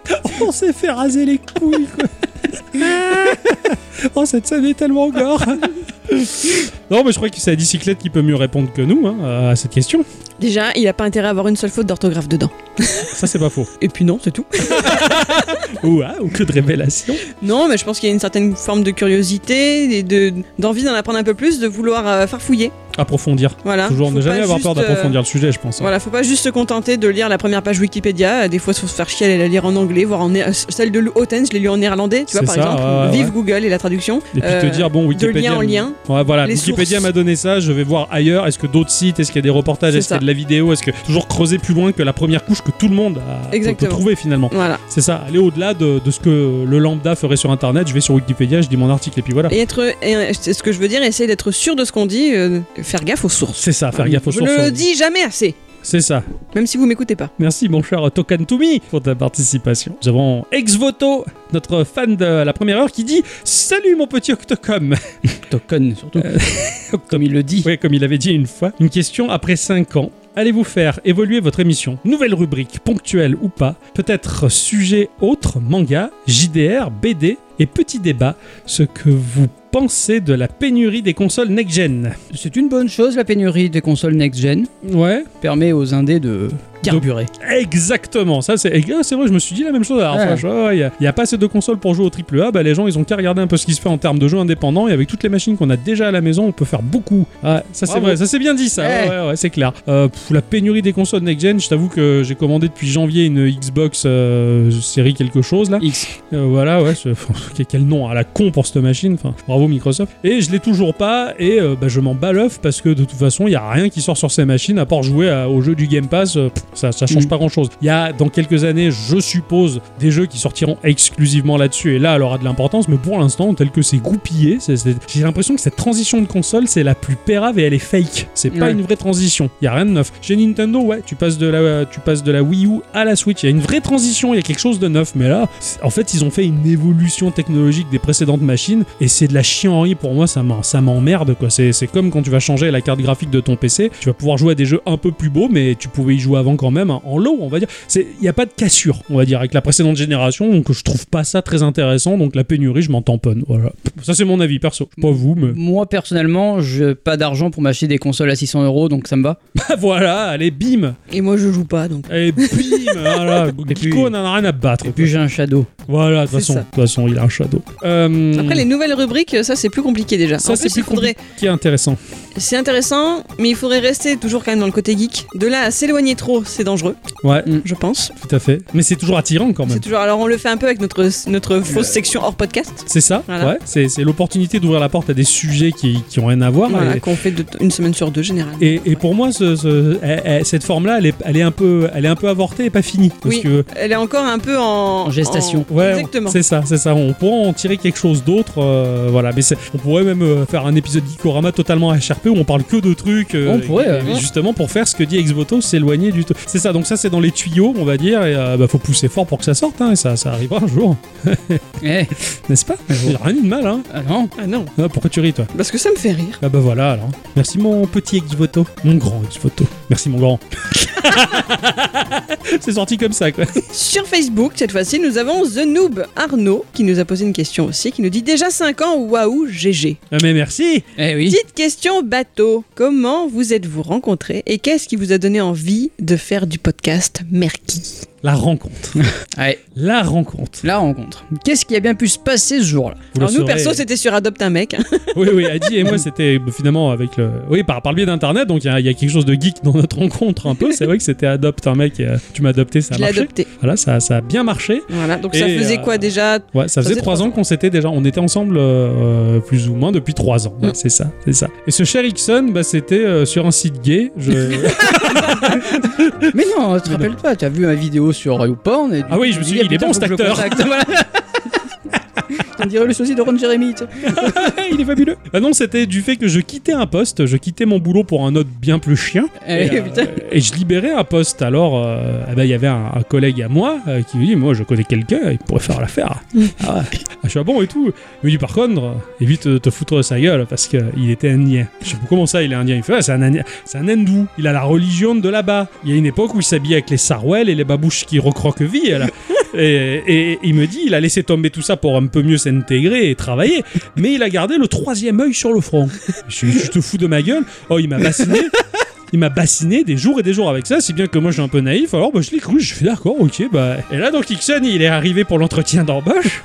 on s'est fait raser les couilles, quoi. oh, cette scène est tellement gore. non, mais je crois que c'est la bicyclette qui peut mieux répondre que nous hein, à cette question.
Déjà, il a pas intérêt à avoir une seule faute d'orthographe dedans.
Ça, c'est pas faux.
Et puis non, c'est tout.
Waouh, que de révélation.
Non, mais je pense qu'il y a une certaine forme de curiosité et de d'envie d'en apprendre un peu plus, de vouloir euh, farfouiller.
Approfondir.
Voilà.
Toujours
Hein, Faut
ne jamais
pas
avoir peur
juste, euh,
d'approfondir le sujet, je pense. hein.
Voilà, faut pas juste se contenter de lire la première page Wikipédia. Des fois, il faut se faire chier à la lire en anglais, voire en né- euh, celle de Lou Houghton, je l'ai lu en néerlandais, tu vois,
C'est
par
ça,
exemple.
ouais, ouais,
Vive
ouais.
Google et la traduction.
Et puis
Euh,
te dire, bon, Wikipédia.
lien en lien.
Ouais, voilà,
Les
Wikipédia
sources.
m'a donné ça, je vais voir ailleurs. Est-ce que d'autres sites Est-ce qu'il y a des reportages
C'est
Est-ce qu'il
ça.
y a de la vidéo Est-ce que toujours creuser plus loin que la première couche que tout le monde a peut- peut
Exactement.
trouver finalement
Voilà.
C'est ça, aller au-delà de, de ce que le lambda ferait sur internet. Je vais sur Wikipédia, je dis mon article et puis voilà.
Et être, et, euh, c'est ce que je veux dire, essayer d'être sûr de ce qu'on dit, euh, faire gaffe aux sources.
C'est ça, faire gaffe aux
je
sources.
ne le dis jamais assez,
C'est ça.
même si vous m'écoutez pas.
Merci mon cher Tokan Toumi pour ta participation. Nous avons Exvoto, notre fan de la première heure, qui dit Salut mon petit Octocom.
Token surtout.
Euh,
Comme il le dit.
Oui, comme il avait dit une fois. Une question après 5 ans. Allez-vous faire évoluer votre émission Nouvelle rubrique, ponctuelle ou pas Peut-être sujet autre, manga, JDR, BD et petit débat. Ce que vous pensez de la pénurie des consoles next-gen
C'est une bonne chose la pénurie des consoles next-gen.
Ouais.
Permet aux indés de carburer.
Exactement. Ça, c'est ah, c'est vrai, je me suis dit la même chose. Alors,
Ouais.
franchement, ouais, ouais, Il n'y a, pas assez de consoles pour jouer au AAA. Bah, les gens, ils ont qu'à regarder un peu ce qui se fait en termes de jeux indépendants. Et avec toutes les machines qu'on a déjà à la maison, on peut faire beaucoup. Ouais, ça, c'est
Bravo. Eh.
vrai. Ça, c'est bien dit, ça. Ouais,
Ouais.
ouais, ouais, c'est clair. Euh, pff, la pénurie des consoles next-gen, je t'avoue que j'ai commandé depuis janvier une Xbox euh, série quelque chose, là.
X.
Euh, voilà, ouais, c'est- quel- quel nom à la con pour cette machine, enfin, bravo Microsoft. Et je l'ai toujours pas, et euh, bah, je m'en bats l'œuf parce que de toute façon, il n'y a rien qui sort sur ces machines à part jouer à- au jeu du Game Pass, euh, pff, ça, ça change
Mm.
pas grand chose. Il y a dans quelques années, je suppose, des jeux qui sortiront exclusivement là-dessus, et là, elle aura de l'importance, mais pour l'instant, tel que c'est goupillé, c'est- c'est- j'ai l'impression que cette transition de console, c'est la plus pérave et elle est fake. C'est pas
Ouais.
une vraie transition, il y a rien de neuf. Chez Nintendo, ouais, tu passes de la, tu passes de la Wii U à la Switch, il y a une vraie transition, il y a quelque chose de neuf, mais là, en fait, ils ont fait une évolution technologique des précédentes machines et c'est de la chiennerie pour moi, ça m'en- ça m'emmerde quoi. C'est c'est comme quand tu vas changer la carte graphique de ton PC, tu vas pouvoir jouer à des jeux un peu plus beaux, mais tu pouvais y jouer avant quand même, hein, en lot, on va dire. Il n'y a pas de cassure, on va dire, avec la précédente génération, donc je trouve pas ça très intéressant, donc la pénurie, je m'en tamponne. Voilà. Ça, c'est mon avis perso. Pas vous, mais.
Moi personnellement, j'ai pas d'argent pour m'acheter des consoles à 600 euros, donc ça me va.
Bah voilà, allez, bim
Et moi, je joue pas, donc.
Allez, bim Voilà, Geeko, on en a rien à battre.
Et puis j'ai un Shadow.
Voilà, de toute
C'est
façon,
ça.
de toute façon, il a un shadow. Euh,
Après, les nouvelles rubriques, ça, c'est plus compliqué déjà.
Ça,
En
c'est
plus,
plus
il faudrait-
Qui est intéressant.
C'est intéressant, mais il faudrait rester toujours quand même dans le côté geek. De là à s'éloigner trop, c'est dangereux,
Ouais,
je pense.
tout à fait. Mais c'est toujours attirant quand même.
Mm. C'est toujours. Alors on le fait un peu avec notre notre fausse section hors podcast.
C'est ça,
Voilà.
ouais. C'est, c'est l'opportunité d'ouvrir la porte à des sujets qui, qui ont rien à voir.
Voilà,
Et-
qu'on fait de- une semaine sur deux généralement.
Et, et pour moi, ce- ce- eh, eh, cette forme-là, elle est, elle est un peu, elle est un peu avortée et pas finie. Parce
Oui.
que,
Elle est encore un peu en,
En gestation.
en-
ouais,
Exactement.
c'est ça, c'est ça. On pourra en tirer quelque chose d'autre, euh, voilà. Mais c'est- on pourrait même euh, faire un épisode Geekorama totalement HRP RP où on parle que de trucs. euh,
On pourrait,
et-
ouais.
et justement pour faire ce que dit Exvoto, s'éloigner du. t- C'est ça. Donc ça, c'est dans les tuyaux, on va dire. Et euh, bah, faut pousser fort pour que ça sorte. hein, et ça, ça arrivera un jour,
Eh,
n'est-ce pas Il a rien dit de mal. Hein.
ah non.
Ah non,
Ah, pourquoi tu ris, toi
parce que ça me fait rire.
Ah bah voilà. Alors, merci mon petit Exvoto, mon grand Exvoto. Merci mon grand. c'est sorti comme ça, quoi.
Sur Facebook, cette fois-ci, nous avons The Noob Arnaud qui nous a posé une question aussi, qui nous dit déjà 5 ans, waouh, GG.
Ah, mais merci.
Eh oui.
Petite question bateau, comment vous êtes-vous rencontrés et qu'est-ce qui vous a donné envie de faire du podcast Merki
La rencontre.
Allez,
La rencontre.
la rencontre. Qu'est-ce qui a bien pu se passer ce jour-là
Vous le
Alors nous,
saurez-
perso, c'était sur Adopte un mec. hein.
Oui, oui, Adi et moi, c'était bah, finalement avec le. Oui, par, par le biais d'internet, donc il y, a- il y a quelque chose de geek dans notre rencontre un peu. C'est vrai que c'était adopte un mec, euh, tu m'as adopté, ça a
Je l'ai
marché.
adopté.
Voilà, ça, ça a bien marché.
Voilà, donc ça
Et,
faisait
euh,
quoi déjà
Ouais, ça, faisait trois ans qu'on s'était déjà. On était ensemble euh, euh, plus ou moins depuis trois ans. Ouais,
Mm.
C'est ça, c'est ça. Et ce cher Ixon, bah, c'était euh, sur un site gay. Je...
Mais non, tu te rappelles pas, tu as vu ma vidéo sur YouPorn et du
Ah oui,
coup,
je me
tu
suis
dis,
dit, il est
putain,
bon,
faut
cet
que je le
acteur.
contacte. Voilà. On dirait le sosie de Ron Jeremy. tu sais.
Il est fabuleux. Ah non, c'était du fait que je quittais un poste, je quittais mon boulot pour un autre bien plus chien.
Eh,
et, euh,
putain.
et je libérais un poste. Alors, euh, eh ben, il y avait un, un collègue à moi euh, qui me dit Moi, je connais quelqu'un, il pourrait faire l'affaire. ah ouais. Ah, Je suis ah bon et tout. Il me dit Par contre, euh, évite de te foutre de sa gueule parce qu'il était indien. Je sais pas comment ça, il est indien. Il fait Ah, c'est un, Indien- c'est un hindou. Il a la religion de là-bas. Il y a une époque où il s'habillait avec les sarouels et les babouches qui recroquevillent. là. Et, et il me dit, il a laissé tomber tout ça pour un peu mieux s'intégrer et travailler, mais il a gardé le troisième œil sur le front. Je, je te fous de ma gueule. Oh, il m'a bassiné. Il m'a bassiné des jours et des jours avec ça, si bien que moi je suis un peu naïf, alors bah, je l'ai cru, je suis d'accord, ok, bah. Et là donc Ixon, il est arrivé pour l'entretien d'embauche,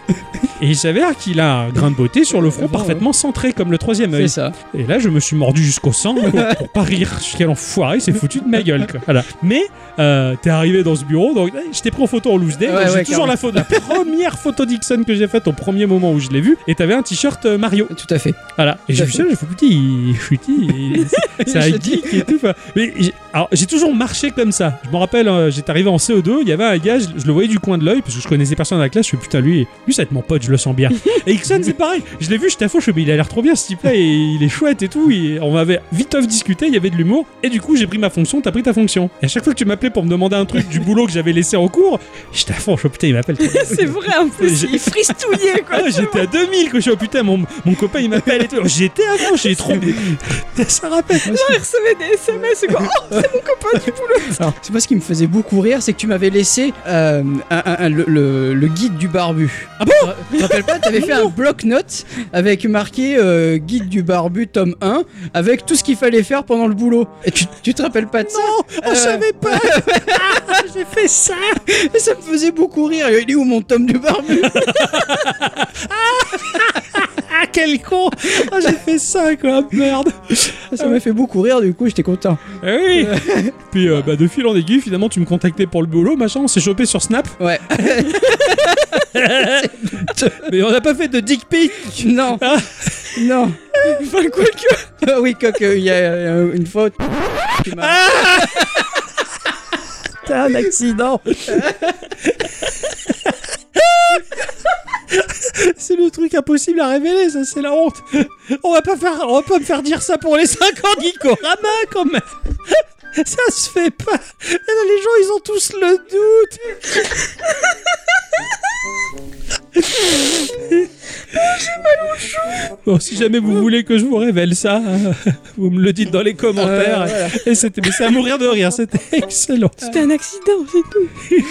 et il s'avère qu'il a un grain de beauté sur le front
Bon,
parfaitement centré comme le troisième œil.
C'est ça.
Et là, je me suis mordu jusqu'au sang pour, pour pas rire. Je suis Quel enfoiré, c'est foutu de ma gueule. Quoi. Voilà. Mais euh, t'es arrivé dans ce bureau, donc eh, je t'ai pris en photo en loose day.
Ouais,
donc j'ai
ouais,
toujours la, photo, la première photo d'Ixon que j'ai faite au premier moment où je l'ai vu. Et t'avais un t-shirt euh, Mario.
Tout à fait.
Voilà. Et j'ai vu ça, j'ai fait petit, oh, il je suis petit, il- c'est- c'est un
Je dis-
geek et tout. enfin. Mais j'ai- alors, j'ai toujours marché comme ça. Je me rappelle, euh, j'étais arrivé en CO2, il y avait un gars, je, je le voyais du coin de l'œil parce que je connaissais personne dans la classe. Je fais putain, lui, lui, ça va être mon pote, je le sens bien. et Ixon, c'est pareil. Je l'ai vu, j'étais à fond, je fais, mais il a l'air trop bien ce type-là, et il est chouette et tout. Et on m'avait vite off discuté, il y avait de l'humour. Et du coup, j'ai pris ma fonction, t'as pris ta fonction. Et à chaque fois que tu m'appelais pour me demander un truc du boulot que j'avais laissé en cours, j'étais à fond, je fais, putain, il m'appelle trop bien.
C'est vrai en plus,
J'ai-
il fristouillait quoi.
Ah, j'étais à 2000 que je suis oh, putain mon, mon copain il m'appelle et tout. J'étais avant, j'ai trop ça rappelle.
Il recevait des SMS quoi. Oh, c'est mon copain du boulot.
Alors, c'est pas ce qui me faisait beaucoup rire, c'est que tu m'avais laissé euh, un- un- un- le, le- le guide du barbu.
Ah bon
Tu te rappelles pas T'avais fait un bloc-notes avec marqué euh, guide du barbu tome 1 avec tout ce qu'il fallait faire pendant le boulot. Et tu, tu te rappelles pas de ça
on
Euh,
savait pas. j'ai fait ça.
Mais ça me faisait beaucoup rire. Il est où mon tome du barbu
Ah quel con. Ah, j'ai fait ça quoi, Ah, merde.
Ça m'a fait beaucoup rire, du coup j'étais content.
Eh oui. Puis euh, bah, de fil en aiguille, finalement tu me contactais pour le boulot, machin, on s'est chopé sur Snap.
Ouais.
Mais on n'a pas fait de dick pic.
Non.
Ah.
non. Enfin, quoi que. Ah oui, quoi que, il y a euh, une faute. Tu m'as-
T'as un accident. C'est le truc impossible à révéler, ça c'est la honte. On va pas faire, on va pas me faire dire ça pour les 50 ans d'Ikorama quand même. Ça se fait pas. Et là, les gens ils ont tous le doute. Bon, si jamais vous voulez que je vous révèle ça, euh, vous me le dites dans les commentaires.
Euh, voilà.
Et c'était, mais c'est à mourir de rire, c'était excellent.
C'était un accident, c'est tout.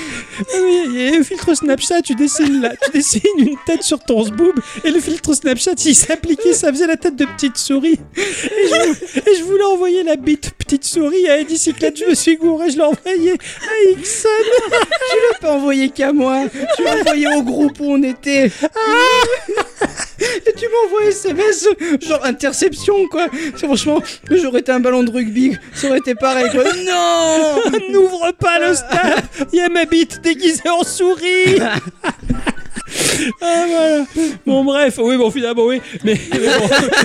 Ah oui, et le filtre Snapchat, tu dessines, là, tu dessines une tête sur ton zboob, et le filtre Snapchat, il s'appliquait, ça faisait la tête de petite souris. Et je, vou- et je voulais envoyer la bite petite souris à Eddie Cyclette, je me suis gouré, je l'ai envoyé à Ixon.
l'as pas envoyé qu'à moi. Tu l'as envoyé au groupe où on était. Ah Et tu m'as envoyé SMS, genre interception, quoi. C'est franchement, j'aurais été un ballon de rugby, ça aurait été pareil, quoi. Non
Ah, N'ouvre pas le snap, il y a ma bite déguisée en souris. Ah voilà. Bon bref, oui bon finalement oui, mais, mais bon.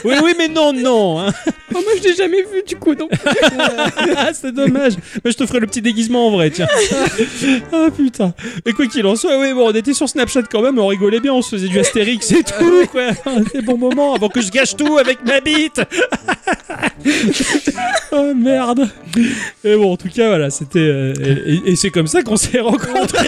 oui oui mais non non. hein.
Oh, moi, je l'ai jamais vu du coup, donc.
Ah, c'est dommage. Mais je te ferai le petit déguisement en vrai, tiens. ah putain. Mais quoi qu'il en soit, oui, bon, on était sur Snapchat quand même, on rigolait bien, on se faisait du Astérix et
Ah,
tout, quoi. Des bons moments avant que je gâche tout avec ma bite. oh merde. Et bon, en tout cas, voilà, c'était. euh, et et- et c'est comme ça qu'on s'est rencontrés.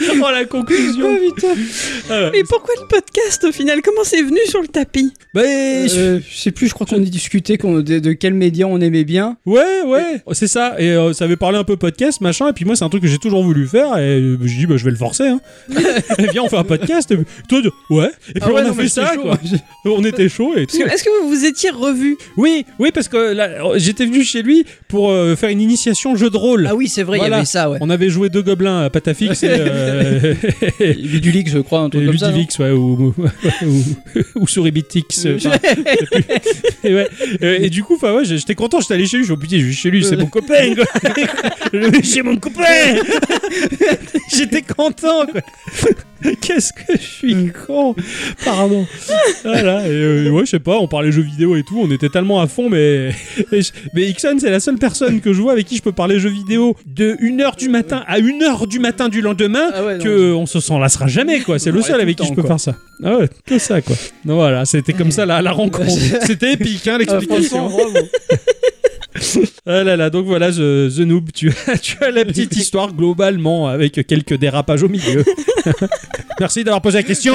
oh la conclusion. Ah ouais.
Mais pourquoi le podcast au final Comment c'est venu sur le tapis
Bah,
Euh, je sais plus, je crois qu'on a discuté qu'on- de, de quel média on aimait bien.
Ouais, ouais, c'est ça. Et euh, ça avait parlé un peu podcast, machin. Et puis moi, c'est un truc que j'ai toujours voulu faire. Et euh, j'ai dit, bah, je vais le forcer. Hein. et viens, on fait un podcast. Et puis, toi, tu- ouais. Et puis
Ah ouais,
on a
non, mais
fait
c'était
ça,
chaud.
quoi. On était chaud et tout.
Parce que- Est-ce que vous vous étiez revus
Oui, oui, parce que là, oh, j'étais venu chez lui pour euh, faire une initiation jeu de rôle.
Ah oui, c'est vrai, il
Voilà.
y avait ça, ouais.
On avait joué deux gobelins à Patafix et, euh, et
Ludulic, je crois, un truc comme ça. non
Ludivix, ouais, ou, ou, ou Suribitix. euh, enfin, et, ouais. euh, et, et du coup, enfin, ouais, j'étais content, j'étais allé chez lui, je me suis dit, putain, je vais chez lui, c'est mon copain, quoi. Je vais chez mon copain. j'étais content, quoi. Qu'est-ce que je
Mm.
suis con Pardon. Voilà, et euh, ouais, je sais pas, on parlait jeux vidéo et tout, on était tellement à fond, mais... et je- Mais Ixon, c'est la seule personne que je vois avec qui je peux parler jeux vidéo de 1h du matin à 1h du matin du lendemain,
Ah ouais, non,
que on se s'en lassera jamais, quoi. C'est le
Ouais, tout
seul
le
avec qui
temps,
je peux
quoi.
faire ça. Ah ouais, que ça, quoi. Donc voilà, c'était comme ça la, la rencontre. C'était épique, hein,
Ah, franchement,
l'explication.
bravo.
Ah là là, donc voilà, The, The Noob, tu as, tu as la petite histoire globalement avec quelques dérapages au milieu. Merci d'avoir posé la question.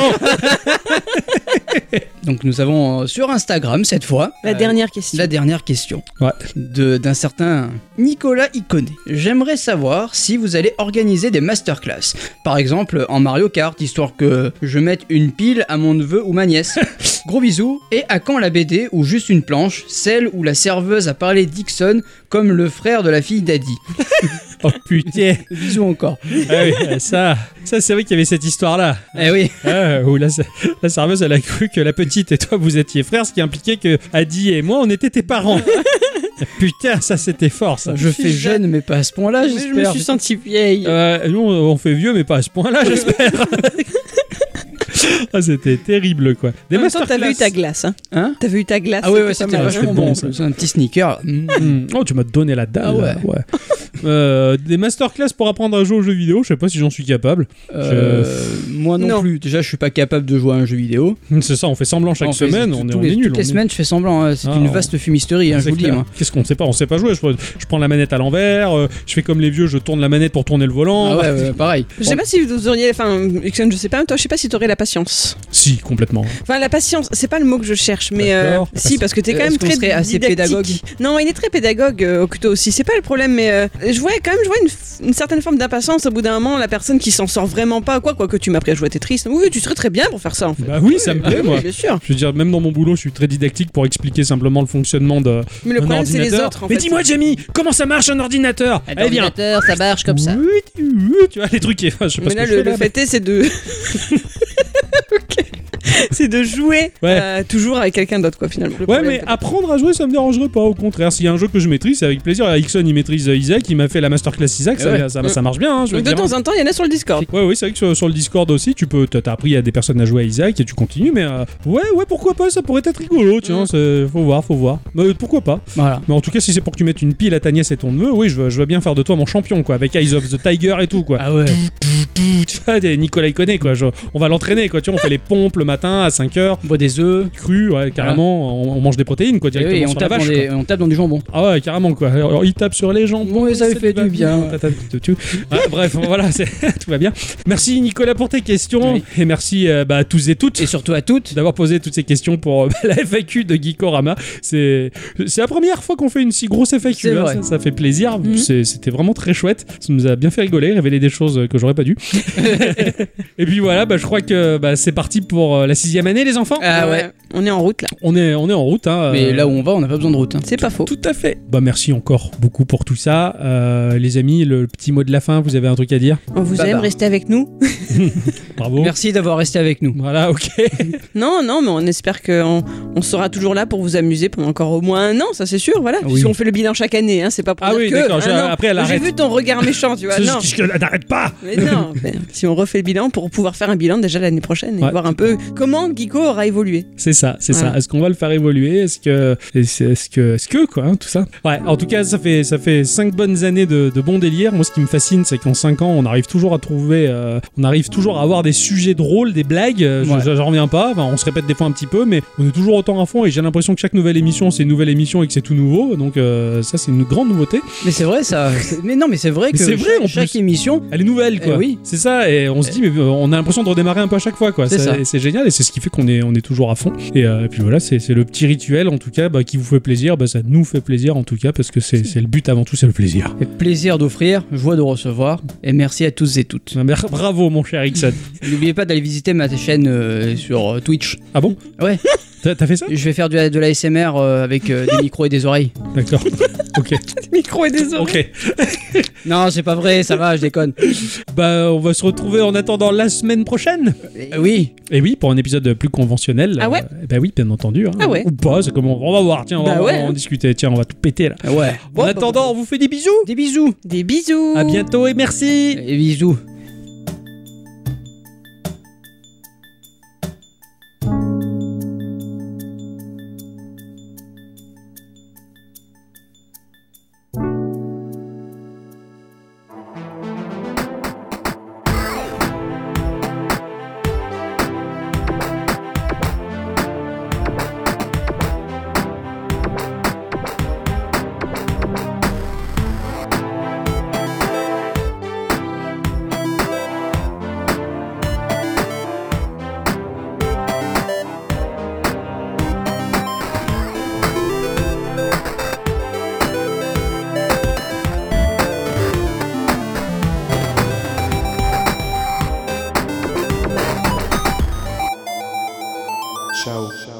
Donc nous avons euh, sur Instagram cette fois
La
euh,
dernière question.
la dernière question
Ouais.
de d'un certain Nicolas Iconé. J'aimerais savoir si vous allez organiser des masterclass, par exemple en Mario Kart, histoire que je mette une pile à mon neveu ou ma nièce. Gros bisous et à quand la BD ou juste une planche, celle où la serveuse a parlé Dixon comme le frère de la fille d'Addy.
Oh putain.
Bisous encore.
Ah oui, ça, ça c'est vrai qu'il y avait cette histoire-là.
Eh oui.
Ah, où la, la serveuse, elle a cru que la petite et toi, vous étiez frères, ce qui impliquait que Adi et moi, on était tes parents. Putain, ça c'était fort, ça.
Je fais
suis
jeune, mais pas à ce point-là,
Mais je me
j'espère.
suis sentie vieille.
Euh, nous, on on fait vieux, mais pas à ce point-là, j'espère. Ah, c'était terrible, quoi. Des
en même temps, t'as vu ta
masterclass.
glace. Hein
Hein
t'as vu ta glace.
Ah ouais, ouais, c'était
mal,
vachement
c'était
bon.
bon,
C'est un petit sneaker. Mm.
Hmm. Oh, tu m'as donné la dalle.
Ah ouais.
là. Euh, des masterclass pour apprendre à jouer aux jeux vidéo, je sais pas si j'en suis capable.
Euh, Moi non,
Non.
plus. Déjà, je suis pas capable de jouer à un jeu vidéo.
C'est ça, on fait semblant chaque
On fait-
semaine,
tous-
on est,
tous
on
les-
est nul.
Toutes les
on est-
semaines, je fais semblant. hein. C'est
Ah,
une
on-
vaste fumisterie, hein, je
C'est
vous le dis.
clair.
moi.
Qu'est-ce qu'on sait pas On sait pas jouer. Je, je prends la manette à l'envers, euh, je fais comme les vieux, je tourne la manette pour tourner le volant. Bah,
Ah ouais, ouais, pareil.
Je sais pas si vous auriez, enfin, Ixon, je sais pas, toi, je sais pas si t'aurais la patience.
Si, complètement.
Enfin, la patience, c'est pas le mot que je cherche, mais euh,
D'accord.
si, parce que t'es quand
Est-ce
même
qu'on
très
serait assez
didactique.
pédagogue
Non, il est très pédagogue, euh, Octo aussi. C'est pas le problème, mais euh, je vois quand même, je vois une, f- une certaine forme d'impatience au bout d'un moment. La personne qui s'en sort vraiment pas, quoi, quoi que tu m'as pris à jouer à Tetris. Oui, tu serais très bien pour faire ça, en fait.
Bah oui, ça me plaît,
Oui,
moi.
bien sûr.
Je veux dire, même dans mon boulot, je suis très didactique pour expliquer simplement le fonctionnement de.
Mais le
d'un
problème, c'est les
ordinateur.
autres. En
Mais
fait.
dis-moi, Jamie, comment ça marche un ordinateur Eh bien,
ça marche comme
Oui, oui, tu vois les trucs. et- Je sais pas
Mais
ce
là,
que je
le,
fais,
le
là.
fait est, c'est de. Ok. C'est de jouer
Ouais.
euh, toujours avec quelqu'un d'autre, quoi, finalement. Le
Ouais,
problème,
mais ah,
c'est-
apprendre à jouer, ça me dérangerait pas. Au contraire, s'il y a un jeu que je maîtrise, c'est avec plaisir. Ixon, il maîtrise euh, Isaac, il m'a fait la masterclass Isaac,
Eh
ça,
Ouais.
ça, ça marche bien. hein, je veux
de
dire.
temps en temps, il y en a sur le Discord.
Ouais, oui, c'est vrai que sur, sur le Discord aussi, tu peux, t'as t'as appris à des personnes à jouer à Isaac et tu continues, mais euh, ouais, ouais, pourquoi pas, ça pourrait être rigolo,
Mm.
tiens, c'est- faut voir, faut voir. Mais euh, pourquoi pas
Voilà.
Mais en tout cas, si c'est pour que tu mettes une pile à ta nièce et ton neveu, oui, je veux, je veux bien faire de toi mon champion, quoi, avec Eyes of the Tiger et tout, quoi.
Ah ouais.
Tu vois, des Nicolas Iconé, quoi, je- on va l'entraîner, quoi, tu vois, on fait les pompes le matin à 5h,
On boit des œufs.
cru, ouais, carrément, on, on mange des protéines, quoi,
Et
directement
oui, et on,
sur la
tape
vache,
dans
quoi.
des, on tape dans du jambon.
Ah ouais, carrément quoi. Alors, il tape sur les jambes.
Bon, et ça lui
Ça
fait
va
du bien.
Tata, tu- tu- Ah, bref, voilà, c'est- tout va bien. Merci Nicolas pour tes questions
Oui.
et merci euh, bah, à tous et toutes
Et surtout à toutes.
d'avoir posé toutes ces questions pour euh, la FAQ de Geekorama. C'est c'est la première fois qu'on fait une si grosse FAQ.
C'est
hein,
vrai.
ça, ça fait plaisir.
Mhm.
C'est- C'était vraiment très chouette. Ça nous a bien fait rigoler, révéler des choses euh, que j'aurais pas dû. et puis voilà, bah, je crois que bah, c'est parti pour euh, la sixième année, les enfants.
Ah ouais.
Euh, On est en route là.
On est on est en route. hein,
Mais
euh,
là où on va, on n'a pas besoin de route. hein.
C'est pas faux.
tout à fait. Bah merci encore beaucoup pour tout ça. Euh, les amis, le petit mot de la fin, vous avez un truc à dire
On vous
Baba.
aime, restez avec nous.
Bravo.
Merci d'avoir resté avec nous.
Voilà, ok.
Non, non, mais on espère qu'on on sera toujours là pour vous amuser pendant encore au moins un an, ça c'est sûr, voilà.
Oui.
Parce qu'on fait le bilan chaque année, hein, c'est pas pour
Ah
dire
oui,
que
d'accord,
un
j'ai-
an.
après, elle
J'ai
arrête.
vu ton regard méchant,
Bah,
tu vois. non,
Je- je- N'arrête pas
mais non. mais si on refait le bilan pour pouvoir faire un bilan déjà l'année prochaine et
Ouais.
voir un peu comment Guico aura évolué.
C'est ça, c'est
Voilà.
ça. Est-ce qu'on va le faire évoluer Est-ce que, est-ce est-ce que, est-ce que quoi, hein, tout ça Ouais. En tout cas, ça fait ça fait cinq bonnes années de, de bon délire. Moi, ce qui me fascine, c'est qu'en cinq ans, on arrive toujours à trouver, euh, on arrive toujours à avoir des sujets drôles, des blagues. Euh, je-
Ouais.
je- J'en reviens pas. Enfin, on se répète des fois un petit peu, mais on est toujours autant à fond. Et j'ai l'impression que chaque nouvelle émission, c'est une nouvelle émission et que c'est tout nouveau. Donc euh, ça, c'est une grande nouveauté.
Mais c'est vrai ça. C'est- Mais non, mais c'est vrai
Mais
que
c'est vrai, en
chaque, chaque
plus.
émission.
Elle est nouvelle, quoi.
Eh oui.
C'est ça, et on se dit, mais euh, on a l'impression de redémarrer un peu à chaque fois, quoi.
C'est
Ça-
ça.
et C'est génial, et c'est ce qui fait qu'on est, on est toujours à fond. Et, euh, et puis voilà, c'est c'est le petit rituel, en tout cas, bah, qui vous fait plaisir. Bah, ça nous fait plaisir, en tout cas, parce que c'est c'est le but avant tout, c'est le plaisir.
Et plaisir d'offrir, joie de recevoir, et merci à tous et toutes.
Ah, mer- Bravo, mon cher Ixon.
N'oubliez pas d'aller visiter ma chaîne euh, sur euh, Twitch.
Ah bon
Ouais.
T'as t'as fait ça
Je vais faire du, de l'ASMR euh, avec euh, des micros et des oreilles.
D'accord. ok.
Micro et des oreilles.
Ok.
Non, c'est pas vrai, ça va, je déconne.
Bah, on va se retrouver en attendant la semaine prochaine.
Euh, oui,
Et Eh oui, pour un épisode plus conventionnel.
Ah ouais
Euh, Bah oui, bien entendu. hein.
Ah ouais
Ou pas, c'est comme on, on va voir. Tiens, on va,
Bah
on va
ouais.
en discuter. Tiens, on va tout péter là.
ouais.
en attendant, on vous fait des bisous.
Des bisous.
Des bisous.
À bientôt et merci.
Des bisous.
Ciao.